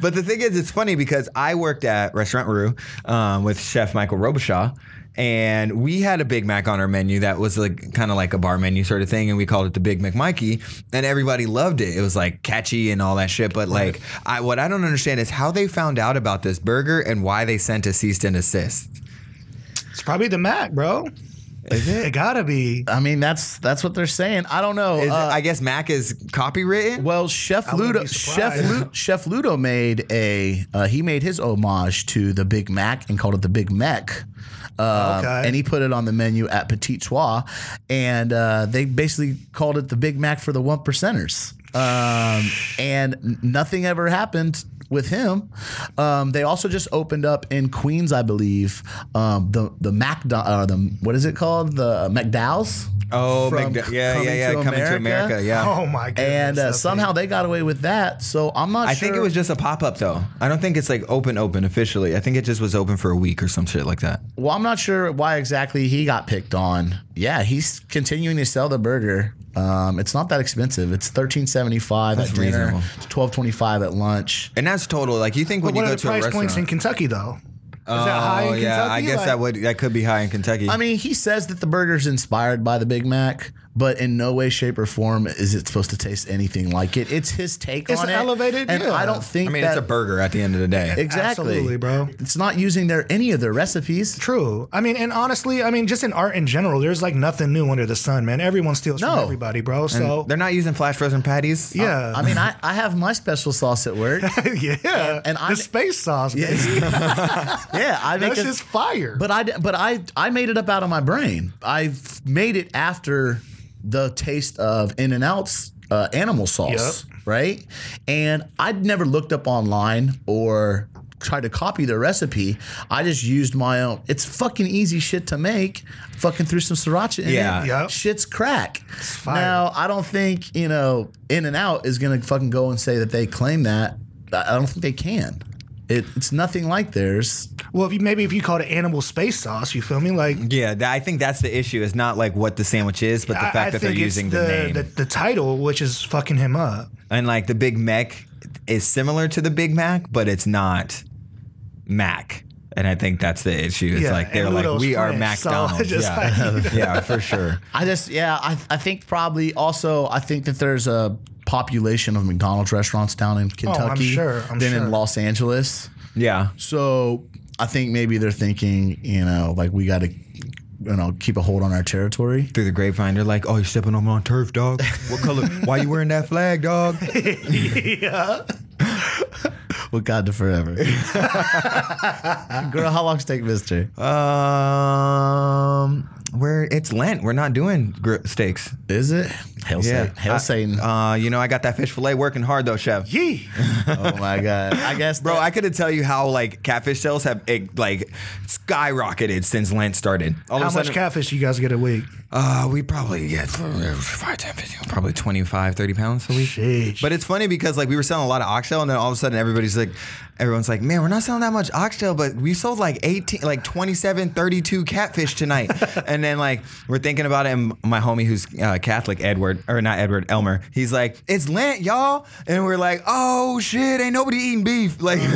Speaker 3: But the thing is, it's funny because I worked at Restaurant Rue um, with Chef Michael Robichaud, and we had a Big Mac on our menu that was like kind of like a bar menu sort of thing, and we called it the Big McMikey, and everybody loved it. It was like catchy and all that shit. But like, I, what I don't understand is how they found out about this burger and why they sent a cease and desist.
Speaker 4: it's probably the Mac, bro. Is it? It gotta be.
Speaker 3: Uh,
Speaker 2: I mean, that's that's what they're saying. I don't know.
Speaker 3: Is it-
Speaker 2: Uh,
Speaker 3: I guess Mac is copywritten.
Speaker 2: well, Chef
Speaker 4: wouldn't
Speaker 2: Ludo,
Speaker 4: be
Speaker 2: Chef
Speaker 4: surprised.
Speaker 2: Lu, Chef Ludo made a uh, he made his homage to the Big Mac and called it the Big Mac. Uh,
Speaker 4: Okay.
Speaker 2: And he put it on the menu at Petit Trois, and uh, they basically called it the Big Mac for the one percenters. Um, and n- nothing ever happened with him. Um, they also just opened up in Queens, I believe, um, the the Mac uh, the what is it called the uh, McDowell's.
Speaker 3: oh,
Speaker 2: from
Speaker 3: McDo- yeah, yeah,
Speaker 2: Coming
Speaker 3: yeah,
Speaker 2: to
Speaker 3: coming
Speaker 2: America?
Speaker 3: to America, yeah.
Speaker 4: Oh my god.
Speaker 2: and uh, somehow they got away with that. So I'm not.
Speaker 3: I
Speaker 2: sure.
Speaker 3: think it was just a pop up though. I don't think it's like open, open officially. I think it just was open for a week or some shit like that.
Speaker 2: Well, I'm not sure why exactly he got picked on. Yeah, he's continuing to sell the burger. Um, it's not that expensive. It's 13.75
Speaker 3: That's
Speaker 2: at dinner.
Speaker 3: reasonable.
Speaker 2: It's 12.25 at lunch.
Speaker 3: And that's total. Like you think when
Speaker 4: But what
Speaker 3: you
Speaker 4: are
Speaker 3: go
Speaker 4: the
Speaker 3: to a
Speaker 4: price
Speaker 3: restaurant, Oh,
Speaker 4: points in Kentucky though? Is that high in
Speaker 3: yeah,
Speaker 4: Kentucky?
Speaker 3: I guess
Speaker 4: Like-
Speaker 3: that would that could be high in Kentucky.
Speaker 2: I mean, he says that the burger's inspired by the Big Mac, but in no way, shape, or form is it supposed to taste anything like it. It's his take
Speaker 4: It's
Speaker 2: on it.
Speaker 4: elevated,
Speaker 2: and
Speaker 4: yeah.
Speaker 2: I don't think.
Speaker 3: I mean,
Speaker 2: that,
Speaker 3: it's a burger at the end of the day.
Speaker 2: Exactly,
Speaker 4: Absolutely, bro.
Speaker 2: It's not using their any of their recipes.
Speaker 4: True. I mean, and honestly, I mean, just in art in general, there's like nothing new under the sun, man. Everyone steals
Speaker 2: No.
Speaker 4: from everybody, bro.
Speaker 3: And
Speaker 4: So
Speaker 3: they're not using flash frozen patties.
Speaker 4: yeah,
Speaker 2: I mean, I, I have my special sauce at work.
Speaker 4: yeah.
Speaker 2: and I'm-
Speaker 4: the space sauce, man.
Speaker 2: yeah, I make
Speaker 4: That's
Speaker 2: a-
Speaker 4: just fire.
Speaker 2: But I, but I, I made it up out of my brain. I've made it after the taste of In and Out's uh, animal sauce, right? And I'd never looked up online or tried to copy their recipe. I just used my own. It's fucking easy shit to make. Fucking threw some sriracha in
Speaker 3: Yeah.
Speaker 2: it.
Speaker 4: Yep.
Speaker 2: Shit's crack.
Speaker 4: fire.
Speaker 2: Now I don't think you know In and Out is gonna fucking go and say that they claim that. I I don't think they can. It, it's nothing like theirs.
Speaker 4: well, if you, maybe if you called it animal space sauce, you feel me? Like
Speaker 3: Yeah, that, I think that's the issue. It's not like what the sandwich is, but the
Speaker 4: I-
Speaker 3: fact
Speaker 4: I,
Speaker 3: that they're
Speaker 4: think it's
Speaker 3: using the, name.
Speaker 4: the, the title, which is fucking him up.
Speaker 3: And like the Big Mac is similar to the Big Mac, but it's not Mac. And I think that's the issue. It's
Speaker 4: Yeah,
Speaker 3: like they're
Speaker 4: and
Speaker 3: like
Speaker 4: Ludo's
Speaker 3: we are
Speaker 4: French, so
Speaker 3: McDonald's.
Speaker 4: just
Speaker 3: yeah.
Speaker 4: like-
Speaker 3: yeah, for sure.
Speaker 2: I just yeah, I I think probably also I think that there's a population of McDonald's restaurants down in Kentucky
Speaker 4: Oh, sure, I'm
Speaker 2: than
Speaker 4: sure.
Speaker 2: in Los Angeles.
Speaker 3: Yeah.
Speaker 2: So I think maybe they're thinking, you know, like we got to, you know, keep a hold on our territory.
Speaker 3: Through the grapevine, they're like, "Oh, you're stepping on my turf, dog. What color? Why you wearing that flag, dog?"
Speaker 2: With God to forever. Girl, how long steak, Mister?
Speaker 3: Um, we're it's Lent. We're not doing gr- steaks.
Speaker 2: Is it hell? Yeah, hell,
Speaker 3: I-
Speaker 2: Satan.
Speaker 3: Uh, you know, I got that fish fillet working hard though, chef.
Speaker 4: Yee.
Speaker 2: oh my God. I guess,
Speaker 3: Bro,
Speaker 2: that-
Speaker 3: I could tell you how like catfish sales have eh, like skyrocketed since Lent started. All
Speaker 4: How
Speaker 3: of a
Speaker 4: much
Speaker 3: sudden,
Speaker 4: catfish you guys get a week?
Speaker 3: uh, we probably get uh, five, 10, 15, probably 25, 30 pounds a week.
Speaker 4: Sheesh.
Speaker 3: But it's funny because like we were selling a lot of oxtail, and then all of a sudden everybody's like, everyone's like, man, we're not selling that much oxtail, but we sold like 18, like 27, 32 catfish tonight. and then like we're thinking about it, and my homie who's uh, Catholic, Edward, or not Edward, Elmer, he's like, it's Lent, y'all. And we're like, oh shit, ain't nobody eating beef. Like, it's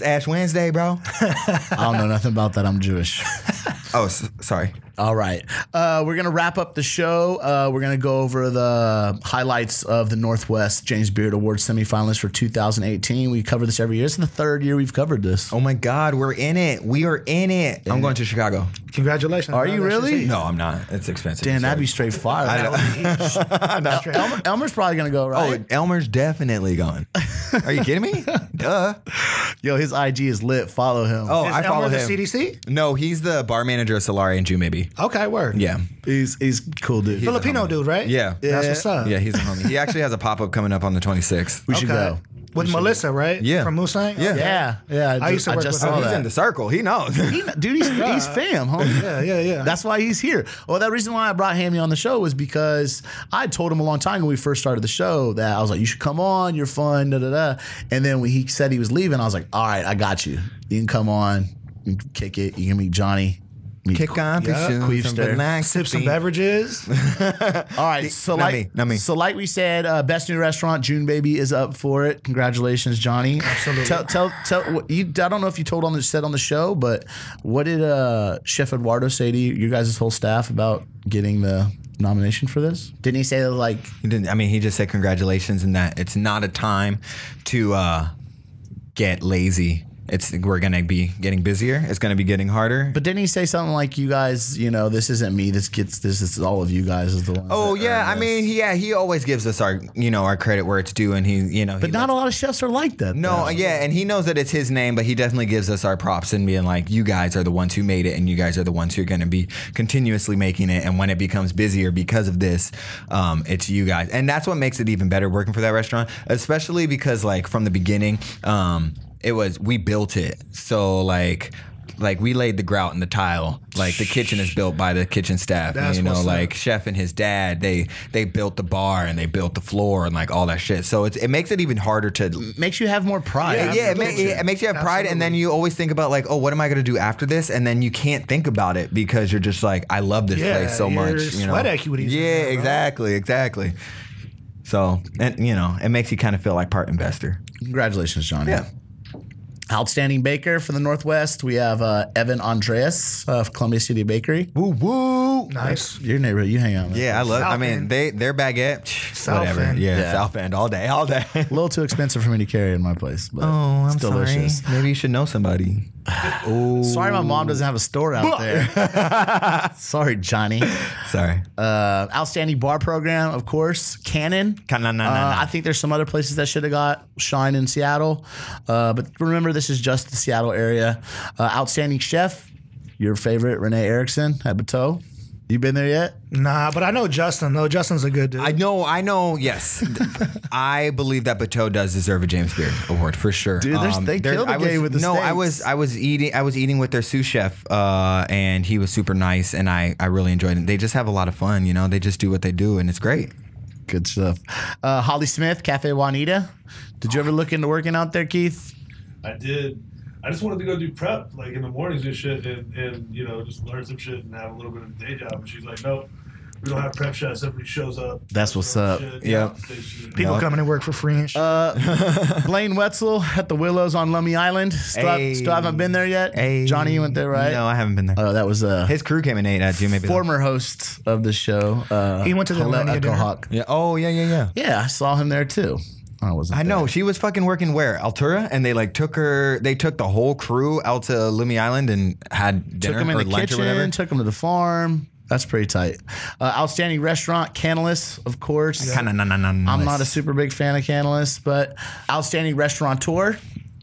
Speaker 3: Ash Wednesday, bro.
Speaker 2: I don't know nothing about that. I'm Jewish.
Speaker 3: oh, s sorry.
Speaker 2: All right. Uh, we're going to wrap up the show. Uh, we're going to go over the highlights of the Northwest James Beard Award semifinalists for 2018. We cover this every year. It's the third year we've covered this.
Speaker 3: Oh my God, we're in it. We are in it. I'm going to Chicago.
Speaker 4: Congratulations.
Speaker 2: Are
Speaker 4: man.
Speaker 2: you
Speaker 4: That's
Speaker 2: really?
Speaker 4: just-
Speaker 3: No, I'm not. It's expensive.
Speaker 2: Damn, that'd
Speaker 3: Sorry.
Speaker 2: be straight fire.
Speaker 4: Straight up.
Speaker 2: Elmer's probably going to go, right?
Speaker 3: Oh, Elmer's definitely gone. Are you kidding me? Duh.
Speaker 2: Yo, his IG is lit. Follow him.
Speaker 3: Oh,
Speaker 4: Is
Speaker 3: I follow
Speaker 4: Elmer the
Speaker 3: him.
Speaker 4: CDC?
Speaker 3: No, he's the bar manager of Solari and Jew, maybe.
Speaker 4: Okay, word.
Speaker 3: Yeah.
Speaker 2: he's he's cool dude.
Speaker 4: Filipino dude, right?
Speaker 3: Yeah.
Speaker 4: That's what's up.
Speaker 3: Yeah, he's a homie. He actually has a pop up coming up on the 26th.
Speaker 2: Uh. we
Speaker 4: Okay.
Speaker 2: should go.
Speaker 4: With Melissa, right?
Speaker 3: Yeah.
Speaker 4: From Musang?
Speaker 3: Yeah.
Speaker 2: Yeah, yeah. I,
Speaker 4: used to
Speaker 2: I
Speaker 4: work
Speaker 2: just
Speaker 4: with
Speaker 2: saw
Speaker 4: him.
Speaker 3: Oh, he's
Speaker 2: that.
Speaker 3: in the circle. He knows.
Speaker 2: He- dude, he's, he's fam, homie.
Speaker 4: Yeah, yeah, yeah.
Speaker 2: That's why he's here. Well, that reason why I brought Hammy on the show was because I told him a long time when we first started the show that I was like, "You should come on. You're fun." Da da da. And then when he said he was leaving, I was like, "All right, I got you. You can come on. You can kick it. You can meet Johnny. Meet
Speaker 3: Kick on,
Speaker 2: Yeah. Queefster.
Speaker 4: Sip some beverages.
Speaker 2: All right, so
Speaker 3: Not
Speaker 2: like,
Speaker 3: me, not me.
Speaker 2: so like we said, uh, best new restaurant, June Baby is up for it. Congratulations, Johnny. Absolutely. Tell, tell, tell. What you, I don't know if you told on the said on the show, but what did uh, Chef Eduardo say to you, you guys' whole staff about getting the nomination for this? Didn't he say that like
Speaker 3: He didn't, I mean, he just said congratulations and that it's not a time to uh, get lazy. It's We're going to be getting busier. It's going to be getting harder.
Speaker 2: But didn't he say something like, "You guys, you know, this isn't me. This gets this. This is all of you guys." Is the ones
Speaker 3: Oh
Speaker 2: that
Speaker 3: yeah, I
Speaker 2: earned this."
Speaker 3: mean, he- yeah, he always gives us our, you know, our credit where it's due, and he, you know,
Speaker 2: but not a lot of chefs are like that.
Speaker 3: No,
Speaker 2: though.
Speaker 3: yeah, and he knows that it's his name, but he definitely gives us our props and being like, "You guys are the ones who made it, and you guys are the ones who are going to be continuously making it. And when it becomes busier because of this, um, it's you guys, and that's what makes it even better working for that restaurant, especially because like from the beginning, um, it was we built it, so like. Like we laid the grout and the tile. Like the kitchen is built by the kitchen staff.
Speaker 4: That's
Speaker 3: you know,
Speaker 4: what's up.
Speaker 3: like chef and his dad they they built the bar and they built the floor and like all that shit so it's, it makes it even harder to
Speaker 2: makes you have more pride.
Speaker 3: yeah, it, ma- it- it makes you have pride, and then you always think about like, oh, what am I going to do after this? And then you can't think about it because you're just like, I love this
Speaker 4: Yeah,
Speaker 3: place so
Speaker 4: your
Speaker 3: much. You know?
Speaker 4: sweat equities in
Speaker 3: Yeah,
Speaker 4: there, bro.
Speaker 3: exactly, exactly. So, and you know, it makes you kind of feel like part investor.
Speaker 2: Congratulations, Johnny.
Speaker 3: Yeah.
Speaker 2: Outstanding baker for the Northwest. We have uh, Evan Andreas uh, of Columbia City Bakery.
Speaker 3: Woo woo.
Speaker 4: Nice.
Speaker 2: Your neighborhood, you hang out with.
Speaker 3: Yeah, I love. I
Speaker 4: South
Speaker 3: mean,
Speaker 4: End.
Speaker 3: they their baguette, psh,
Speaker 4: South
Speaker 3: whatever.
Speaker 4: End.
Speaker 3: Yeah,
Speaker 2: Yeah.
Speaker 3: South End all day, all day.
Speaker 2: A little too expensive for me to carry in my place, but
Speaker 3: Oh, I'm
Speaker 2: it's delicious.
Speaker 3: sorry. Maybe you should know somebody.
Speaker 2: Sorry. my mom doesn't have a store out there. sorry, Johnny.
Speaker 3: Sorry.
Speaker 2: Uh, outstanding bar program, of course. Canon.
Speaker 3: Canon, no, no,
Speaker 2: Uh,
Speaker 3: no.
Speaker 2: I think there's some other places that should have got Shine in Seattle, uh, but remember this is just the Seattle area. Uh, outstanding chef, your favorite Renee Erickson at Bateau. You been there yet?
Speaker 4: Nah, but I know Justin, though. Justin's a good dude.
Speaker 3: I know, I know. Yes, I believe that Bateau does deserve a James Beard Award for sure. Um,
Speaker 2: Dude, there's- they
Speaker 3: there-
Speaker 2: killed
Speaker 3: I
Speaker 2: the
Speaker 3: was,
Speaker 2: game with the
Speaker 3: No, I
Speaker 2: steaks.
Speaker 3: was, I was eating, I was eating with their sous chef, uh, and he was super nice, and I, I really enjoyed it. They just have a lot of fun, you know. They just do what they do, and it's great.
Speaker 2: Good stuff. Uh, Holly Smith, Cafe Juanita. Did you ever look into working out there, Keith?
Speaker 5: I did. I just wanted to go do prep, like in the mornings and shit, and, and you know, just learn some shit and have a little bit of a day job. And she's like, nope. We don't have prep shots. Everybody shows up.
Speaker 2: That's what's up.
Speaker 5: Shit,
Speaker 3: Yep.
Speaker 5: they shoot.
Speaker 4: People
Speaker 3: Yup.
Speaker 4: coming to work for free and shit.
Speaker 3: Oh,
Speaker 2: Blaine Wetzel at the Willows on Lummi Island. Still,
Speaker 3: Hey.
Speaker 2: still haven't been there yet.
Speaker 3: Hey.
Speaker 2: Johnny, you went there, right?
Speaker 3: No, I haven't been there.
Speaker 2: Oh, that was uh,
Speaker 3: His crew came and ate at you, maybe.
Speaker 2: former host of the show. Uh,
Speaker 4: He went to the
Speaker 2: Hillel
Speaker 4: Millennia dinner.
Speaker 2: Echohawk.
Speaker 3: Yeah. Oh, yeah, yeah, yeah.
Speaker 2: Yeah, I saw him there too. I wasn't.
Speaker 3: I
Speaker 2: there.
Speaker 3: know she was fucking working where Altura, and they like took her. They took the whole crew out to Lumi Island and had
Speaker 2: Took
Speaker 3: dinner
Speaker 2: him in
Speaker 3: or
Speaker 2: the
Speaker 3: lunch
Speaker 2: kitchen.
Speaker 3: or whatever.
Speaker 2: Took him to the farm. That's pretty tight. Uh, outstanding restaurant, Canalis, of course.
Speaker 3: Kinda na- na- na- na-
Speaker 2: I'm not a super big fan of Canalis, but outstanding restaurateur.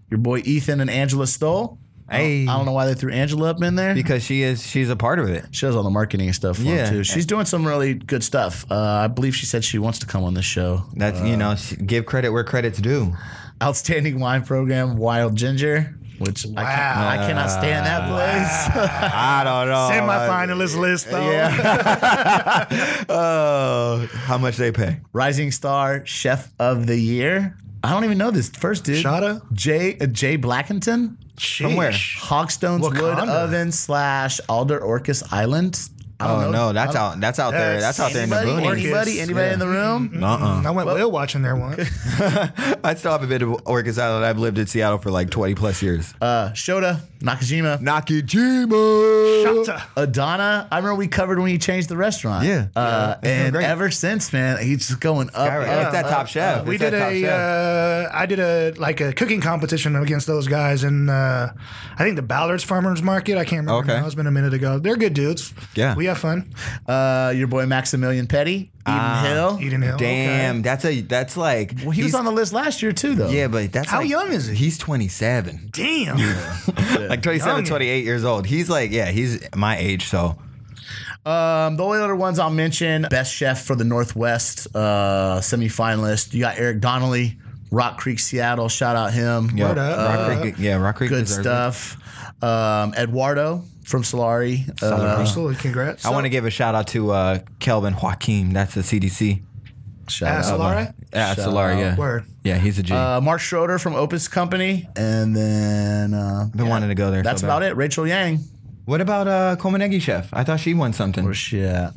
Speaker 2: Your boy Ethan and Angela Stoll.
Speaker 3: Hey.
Speaker 2: I don't know why they threw Angela up in there.
Speaker 3: because she is she's a part of it.
Speaker 2: She does all the marketing and stuff for
Speaker 3: Yeah.
Speaker 2: him too. She's doing some really good stuff. Uh, I believe she said she wants to come on this show.
Speaker 3: That's you know she, give credit where credit's due.
Speaker 2: Outstanding wine program, Wild Ginger, which I, can't, I cannot stand that place.
Speaker 3: I don't know.
Speaker 4: Semi-finalist list though.
Speaker 3: Oh, how much they pay?
Speaker 2: Rising Star Chef of the Year. I don't even know this first dude.
Speaker 4: Shada?
Speaker 2: Jay uh, Jay Blackington.
Speaker 4: Sheesh.
Speaker 3: where?
Speaker 2: Hogstone's Wood
Speaker 4: Wakanda.
Speaker 2: Oven slash Alder Orcas Island. I don't
Speaker 3: Oh
Speaker 2: know.
Speaker 3: no, that's out. That's out there. That's
Speaker 4: That's
Speaker 3: out there in the
Speaker 2: Anybody?
Speaker 3: boonies.
Speaker 2: Anybody? Anybody in the room?
Speaker 3: Uh-uh.
Speaker 4: I went whale watching there once.
Speaker 3: I Uh-uh. still have a bit of Orcas Island. I've lived in Seattle for like 20 plus years. Uh,
Speaker 2: Uh, Shoda Nakajima.
Speaker 3: Nakajima.
Speaker 4: Shanta.
Speaker 2: Adana, I remember we covered when he changed the restaurant.
Speaker 3: Yeah.
Speaker 2: Uh,
Speaker 3: Yeah.
Speaker 2: and
Speaker 3: Great.
Speaker 2: ever since, man, he's just going up.
Speaker 3: All right,
Speaker 2: up,
Speaker 3: it's that
Speaker 2: up.
Speaker 3: top chef. It's
Speaker 4: we
Speaker 3: that
Speaker 4: did
Speaker 3: Top
Speaker 4: a
Speaker 3: Chef.
Speaker 4: uh, I did a like a cooking competition against those guys in uh, I think the Ballard's Farmers Market. I can't remember.
Speaker 3: Okay.
Speaker 4: now. It's been a minute ago. They're good dudes.
Speaker 3: Yeah.
Speaker 4: we have fun.
Speaker 2: Uh, your boy Maximilian Petty, Eden Hill.
Speaker 4: Eden Hill.
Speaker 3: Damn,
Speaker 4: okay.
Speaker 3: that's a that's like
Speaker 2: Well, he was
Speaker 3: Ah, he's-
Speaker 2: on the list last year too, though.
Speaker 3: Yeah, but that's
Speaker 4: How
Speaker 3: like-
Speaker 4: young is he?
Speaker 3: He's 27.
Speaker 4: Damn.
Speaker 3: Like 27,
Speaker 4: Young.
Speaker 3: 28 years old. He's like, yeah, he's my age, so
Speaker 2: Um, the only other ones I'll mention: best chef for the Northwest uh, semifinalist. You got Eric Donnelly, Rock Creek, Seattle. Shout out him.
Speaker 3: yeah,
Speaker 4: Word up.
Speaker 3: Rock Creek, yeah, Rock Creek
Speaker 2: Good
Speaker 3: deserves it.
Speaker 2: stuff. Um, Eduardo from Solari. Uh,
Speaker 4: Absolutely. Congrats.
Speaker 3: I want to give a shout out to uh, Kelvin Joaquim. That's the CDC.
Speaker 2: shout out.
Speaker 4: Ah, Solari?
Speaker 3: Yeah,
Speaker 2: Shout
Speaker 3: Solara, yeah.
Speaker 4: Word.
Speaker 3: Yeah, he's a G.
Speaker 2: Uh, Mark Schroeder from Opus Company, and then uh,
Speaker 3: Been wanting to go there.
Speaker 2: that's about it. Rachel Yang.
Speaker 3: What about uh, Kolmanegi Chef? I thought she won something.
Speaker 2: Shit.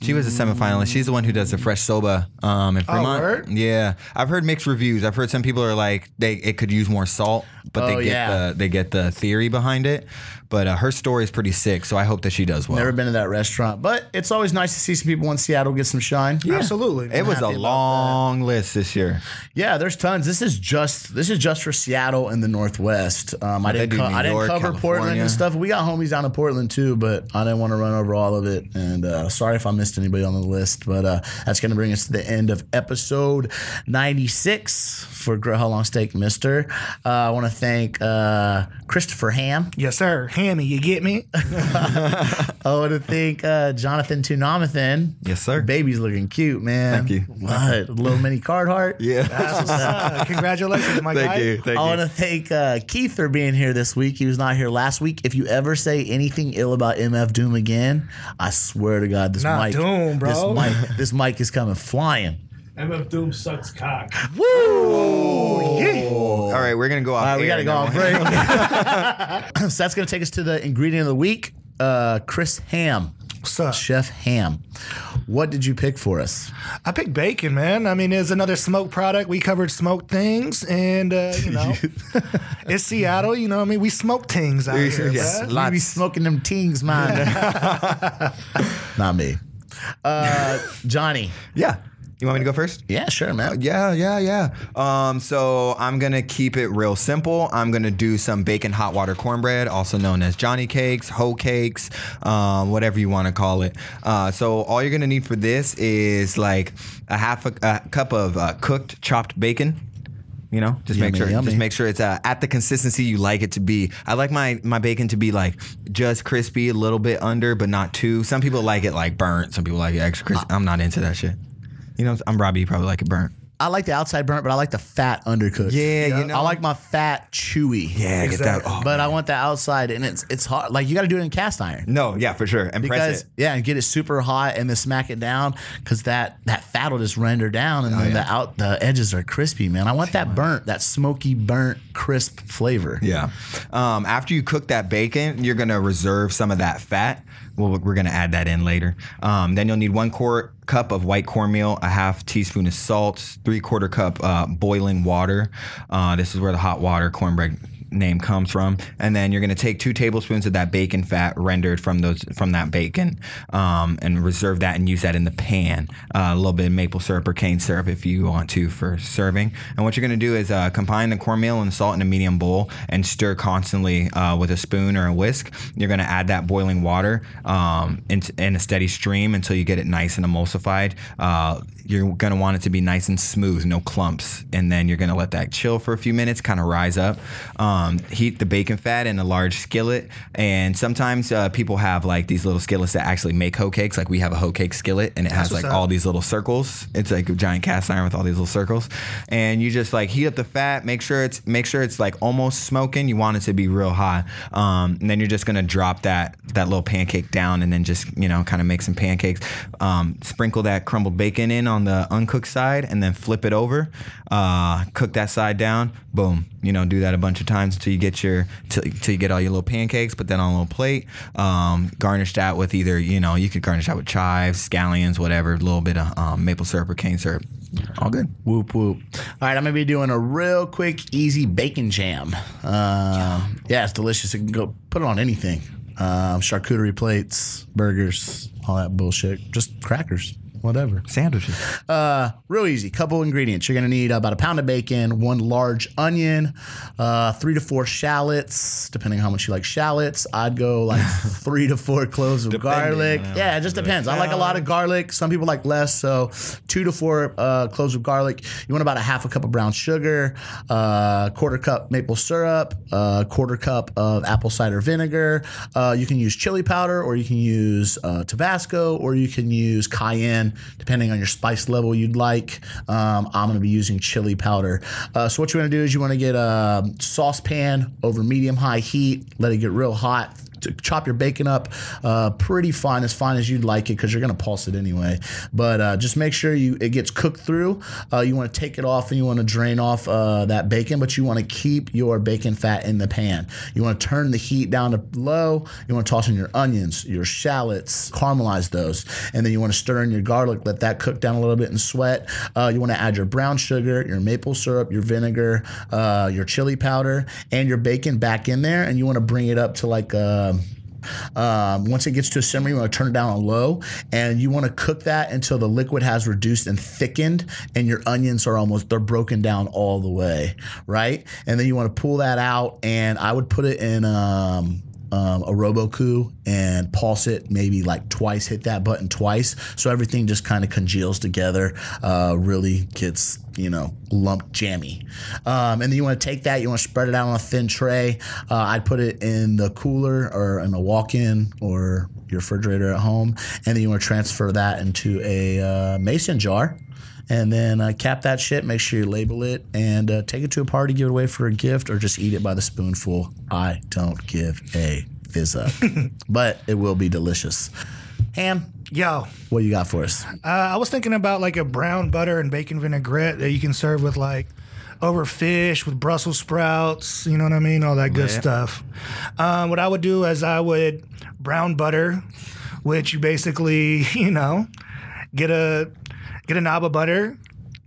Speaker 3: She was a semifinalist. She's the one who does the fresh soba um,
Speaker 2: Oh,
Speaker 3: in Fremont.
Speaker 4: word?
Speaker 3: Yeah, I've heard mixed reviews. I've heard some people are like they it could use more salt, but
Speaker 2: Oh,
Speaker 3: they get
Speaker 2: yeah.
Speaker 3: the they get the theory behind it. But uh, her story is pretty sick, so I hope that she does well.
Speaker 2: Never been to that restaurant, but it's always nice to see some people in Seattle get some shine.
Speaker 4: Absolutely.
Speaker 3: it was a
Speaker 2: happy about
Speaker 3: long list this year.
Speaker 2: Yeah, there's tons. This is just this is just for Seattle and the Northwest. Um, I
Speaker 3: They
Speaker 2: didn't
Speaker 3: do
Speaker 2: co-
Speaker 3: New
Speaker 2: I didn't
Speaker 3: York,
Speaker 2: cover Portland
Speaker 3: California.
Speaker 2: and stuff. We got homies down in Portland too, but I didn't want to run over all of it. And uh, sorry if I missed anybody on the list, but uh, that's going to bring us to the end of episode 96 for Grow How Long Steak, Mister. Uh, I want to thank uh, Christopher Ham.
Speaker 4: Yes, sir. Hammy, you get me?
Speaker 2: I want to thank uh, Jonathan Tunamathan.
Speaker 3: Yes, sir.
Speaker 2: Baby's looking cute, man.
Speaker 3: Thank you.
Speaker 2: What? Little mini card heart.
Speaker 3: Yeah,
Speaker 4: Uh, congratulations, my guy.
Speaker 3: Thank
Speaker 2: I want to thank uh, Keith for being here this week. He was not here last week. If you ever say anything ill about MF Doom again, I swear to God, this
Speaker 4: Not
Speaker 2: mic,
Speaker 4: Doom, bro.
Speaker 2: this mic, this mic is coming flying.
Speaker 5: MF Doom sucks cock.
Speaker 3: All right, we're gonna go off.
Speaker 2: All right, Uh, we
Speaker 3: air
Speaker 2: got to go
Speaker 3: now.
Speaker 2: on break. so that's going to take us to the ingredient of the week. Uh, Chris Ham,
Speaker 4: Suck.
Speaker 2: Chef Ham. What did you pick for us?
Speaker 4: I picked bacon, man. I mean, it's another smoke product. We covered smoked things, and uh, you know, it's Seattle. You know, what I mean, we smoke things out here.
Speaker 3: Yes,
Speaker 4: bruh.
Speaker 2: You be
Speaker 3: lots.
Speaker 2: Uh, smoking them tings, man. Not me. Uh, Johnny.
Speaker 3: Yeah, you want me to go first?
Speaker 2: Yeah, sure, man.
Speaker 3: Yeah, yeah, yeah. Um, so I'm gonna keep it real simple. I'm gonna do some bacon hot water cornbread, also known as Johnny cakes, hoe cakes, um, whatever you want to call it. Uh, so all you're gonna need for this is like a half a, a cup of uh, cooked chopped bacon. You know, just make
Speaker 2: Yummy,
Speaker 3: sure,
Speaker 2: yummy.
Speaker 3: just make sure it's uh, at the consistency you like it to be. I like my my bacon to be like just crispy, a little bit under, but not too. Some
Speaker 2: Uh,
Speaker 3: people like it like burnt. Some people like it extra crispy. I'm not into that shit. You know, I'm Robbie. You probably like it burnt.
Speaker 2: I like the outside burnt, but I like the fat undercooked.
Speaker 3: Yeah, you know.
Speaker 2: I like my fat chewy.
Speaker 3: Yeah, get that.
Speaker 4: Exactly.
Speaker 3: oh,
Speaker 2: but I want the outside, and it's it's hot. Like you got to do it in cast iron.
Speaker 3: no, yeah, for sure. And press
Speaker 2: because
Speaker 3: it.
Speaker 2: yeah, and get it super hot and then smack it down because that that fat will just render down
Speaker 3: Oh,
Speaker 2: and then the out the edges are crispy, man. I want that burnt, that smoky burnt crisp flavor.
Speaker 3: Yeah. Um, after you cook that bacon, you're gonna reserve some of that fat. Well, we're gonna add that in later. Um, then you'll need one quart cup of white cornmeal, a half teaspoon of salt, three quarter cup uh, boiling water. Uh, this is where the hot water cornbread name comes from. And then you're gonna take two tablespoons of that bacon fat rendered from those from that bacon, um, and reserve that and use that in the pan. Uh, a little bit of maple syrup or cane syrup if you want to for serving. And what you're gonna do is uh, combine the cornmeal and salt in a medium bowl and stir constantly uh, with a spoon or a whisk. You're gonna add that boiling water um, in, in a steady stream until you get it nice and emulsified. Uh, you're gonna want it to be nice and smooth, no clumps. And then you're gonna let that chill for a few minutes, kind of rise up. Um, heat the bacon fat in a large skillet. And sometimes uh, people have like these little skillets that actually make hoe cakes. Like we have a hoe cake skillet and it has like
Speaker 4: what's up.
Speaker 3: all these little circles. It's like a giant cast iron with all these little circles. And you just like heat up the fat, make sure it's make sure it's like almost smoking. You want it to be real hot. Um, and then you're just gonna drop that that little pancake down and then just, you know, kind of make some pancakes. Um, sprinkle that crumbled bacon in on the uncooked side and then flip it over. Uh, cook that side down. Boom. You know, do that a bunch of times until you get your till, till you get all your little pancakes, but then on a little plate. Um, garnish that with either, you know, you could garnish that with chives, scallions, whatever, a little bit of um, maple syrup or cane syrup. All good.
Speaker 2: Whoop whoop. All right, I'm gonna be doing a real quick, easy bacon jam. Uh, yeah, it's delicious. You can go put it on anything. Um, charcuterie plates, burgers, all that bullshit. Just crackers, whatever.
Speaker 3: Sandwiches.
Speaker 2: Uh, real easy. Couple ingredients. You're gonna need about a pound of bacon, one large onion, uh, three to four shallots, depending on how much you like shallots. I'd go like three to four cloves of garlic. Yeah, it just depends. I like a lot of garlic. Some people like less, so two to four uh, cloves of garlic. You want about a half a cup of brown sugar, uh, quarter cup maple syrup, uh, quarter cup of apple cider vinegar. Uh, you can use chili powder, or you can use uh, Tabasco, or you can use cayenne, depending on your spice level you'd like. Um, I'm going to be using chili powder. Uh, so what you want to do is you want to get a saucepan over medium high heat, let it get real hot. To chop your bacon up uh, pretty fine, as fine as you'd like it, because you're gonna pulse it anyway. But uh, just make sure you it gets cooked through. Uh, you want to take it off and you want to drain off uh, that bacon, but you want to keep your bacon fat in the pan. You want to turn the heat down to low. You want to toss in your onions, your shallots, caramelize those, and then you want to stir in your garlic. Let that cook down a little bit and sweat. Uh, you want to add your brown sugar, your maple syrup, your vinegar, uh, your chili powder, and your bacon back in there, and you want to bring it up to like. Uh, um, once it gets to a simmer, you want to turn it down on low, and you want to cook that until the liquid has reduced and thickened, and your onions are almost they're broken down all the way, right? And then you want to pull that out, and I would put it in. Um, um, a Roboku and pulse it maybe like twice, hit that button twice. So everything just kind of congeals together, uh, really gets, you know, lump jammy. Um, and then you want to take that, you want to spread it out on a thin tray. Uh, I'd put it in the cooler or in a walk in or your refrigerator at home. And then you want to transfer that into a uh, mason jar. And then uh, cap that shit, make sure you label it, and uh, take it to a party, give it away for a gift, or just eat it by the spoonful. I don't give a fizz up, but it will be delicious. Ham,
Speaker 4: Yo,
Speaker 2: what you got for us?
Speaker 4: uh, I was thinking about like a brown butter and bacon vinaigrette that you can serve with like over fish with Brussels sprouts. You know what I mean? All that good
Speaker 3: Yeah.
Speaker 4: stuff. Um, what I would do is I would brown butter, which you basically you know get a get a knob of butter.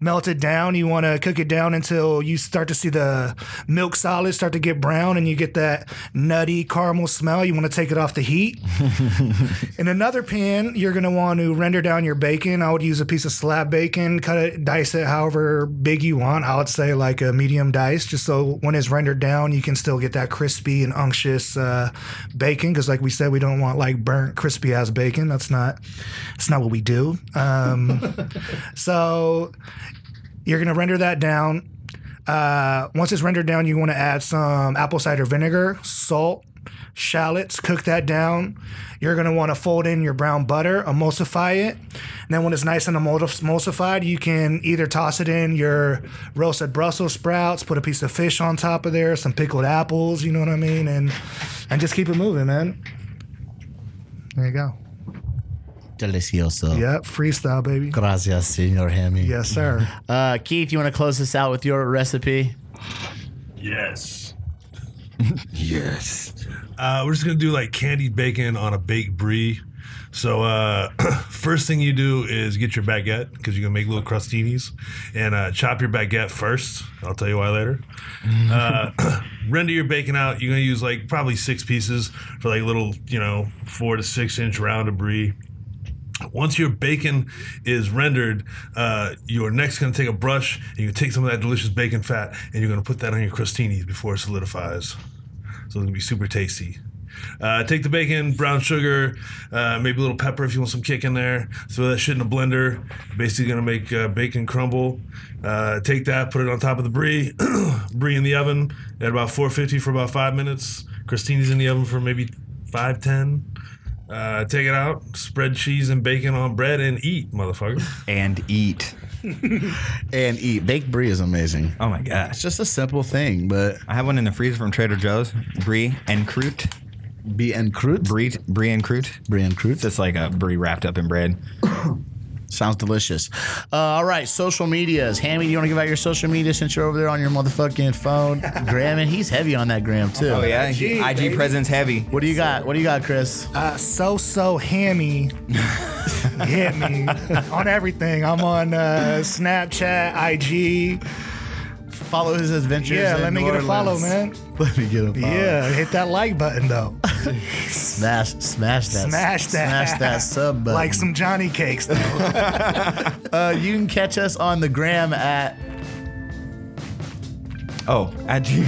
Speaker 4: Melt it down. You want to cook it down until you start to see the milk solid start to get brown and you get that nutty caramel smell. You want to take it off the heat. In another pan, you're going to want to render down your bacon. I would use a piece of slab bacon, cut it, dice it however big you want. I would say like a medium dice, just so when it's rendered down, you can still get that crispy and unctuous uh, bacon. Because like we said, we don't want like burnt, crispy ass bacon. That's not, that's not what we do. Um, so you're going to render that down. Uh, once it's rendered down, you want to add some apple cider vinegar, salt, shallots, cook that down. You're gonna want to fold in your brown butter, emulsify it, and then when it's nice and emulsif- emulsified, you can either toss it in your roasted Brussels sprouts, put a piece of fish on top of there, some pickled apples, you know what I mean, and and just keep it moving, man. There you go.
Speaker 2: Delicioso.
Speaker 4: Yep, freestyle, baby.
Speaker 2: Gracias, Senor Hammy.
Speaker 4: Yes, sir.
Speaker 2: Uh, Keith, you want to close this out with your recipe?
Speaker 5: Yes.
Speaker 3: Yes.
Speaker 5: Uh, we're just gonna do like candied bacon on a baked brie. So uh, first thing you do is get your baguette because you're gonna make little crustinis, and uh, chop your baguette first. I'll tell you why later. Uh, render your bacon out. You're gonna use like probably six pieces for like little, you know, four to six inch round of brie. Once your bacon is rendered, uh, you're next going to take a brush and you take some of that delicious bacon fat and you're going to put that on your crostinis before it solidifies so it's gonna be super tasty. Uh, take the bacon, brown sugar, uh, maybe a little pepper if you want some kick in there. Throw that shit in a blender. Basically, gonna make uh, bacon crumble. Uh, take that, put it on top of the brie. brie in the oven at about 450 for about five minutes. Christini's in the oven for maybe five ten. Uh, take it out, spread cheese and bacon on bread, and eat, motherfucker.
Speaker 3: And eat.
Speaker 2: And eat. Baked brie is amazing.
Speaker 3: Oh my gosh.
Speaker 2: It's just a simple thing, but
Speaker 3: I have one in the freezer from Trader Joe's. Brie and croute.
Speaker 2: be and croute.
Speaker 3: Brie, brie and croute.
Speaker 2: Brie and croute.
Speaker 3: It's just like a brie wrapped up in bread.
Speaker 2: Sounds delicious. Uh, all right, social medias. Hammy, you want to give out your social media since you're over there on your motherfucking phone? Graham, and he's heavy on that Graham too.
Speaker 3: Oh yeah. IG,
Speaker 4: baby.
Speaker 3: presence heavy.
Speaker 2: What do you got? What do you got, Chris?
Speaker 4: Uh, so so hammy hit me on everything. I'm on uh, Snapchat, IG.
Speaker 2: Oh. Follow his adventures.
Speaker 4: Yeah,
Speaker 2: in
Speaker 4: let me
Speaker 2: New
Speaker 4: get a follow, man.
Speaker 2: Orleans. Let me get a follow.
Speaker 4: Yeah, hit that like button though.
Speaker 2: Smash, smash that.
Speaker 4: Smash that.
Speaker 2: Smash that sub button.
Speaker 4: like some Johnny cakes. Though.
Speaker 2: Uh, you can catch us on the gram at
Speaker 3: Oh, IG.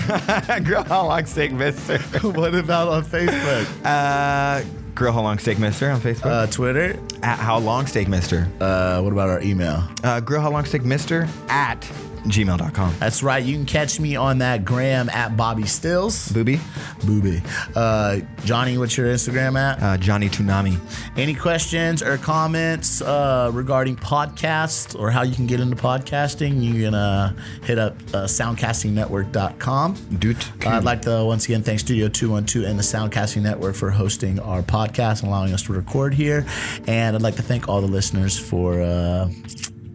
Speaker 3: Girl, how long steak, mister?
Speaker 2: what about on Facebook,
Speaker 3: Uh, Grill How Long Steak Mister on Facebook.
Speaker 2: uh, Twitter.
Speaker 3: at How Long Steak Mister.
Speaker 2: Uh, what about our email?
Speaker 3: Uh, grill How Long Steak Mister at gmail.com.
Speaker 2: That's right. You can catch me on that gram at Bobby Stills.
Speaker 3: Booby,
Speaker 2: Booby. Uh, Johnny, what's your Instagram at?
Speaker 3: uh, Johnny Toonami.
Speaker 2: Any questions or comments uh, regarding podcasts or how you can get into podcasting, you can uh, hit up uh, soundcastingnetwork.com.
Speaker 3: Doot.
Speaker 2: Uh, I'd like to once again thank Studio 212 and the Soundcasting Network for hosting our podcast and allowing us to record here. And I'd like to thank all the listeners for, uh,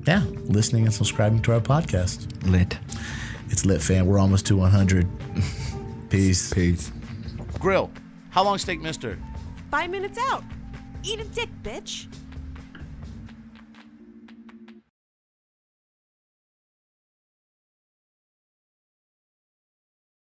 Speaker 2: yeah, listening and subscribing to our podcast.
Speaker 3: Lit.
Speaker 2: It's lit, fam. We're almost to 100. Peace.
Speaker 3: Peace.
Speaker 2: Grill. How long steak, mister?
Speaker 6: Five minutes out. Eat a dick, bitch.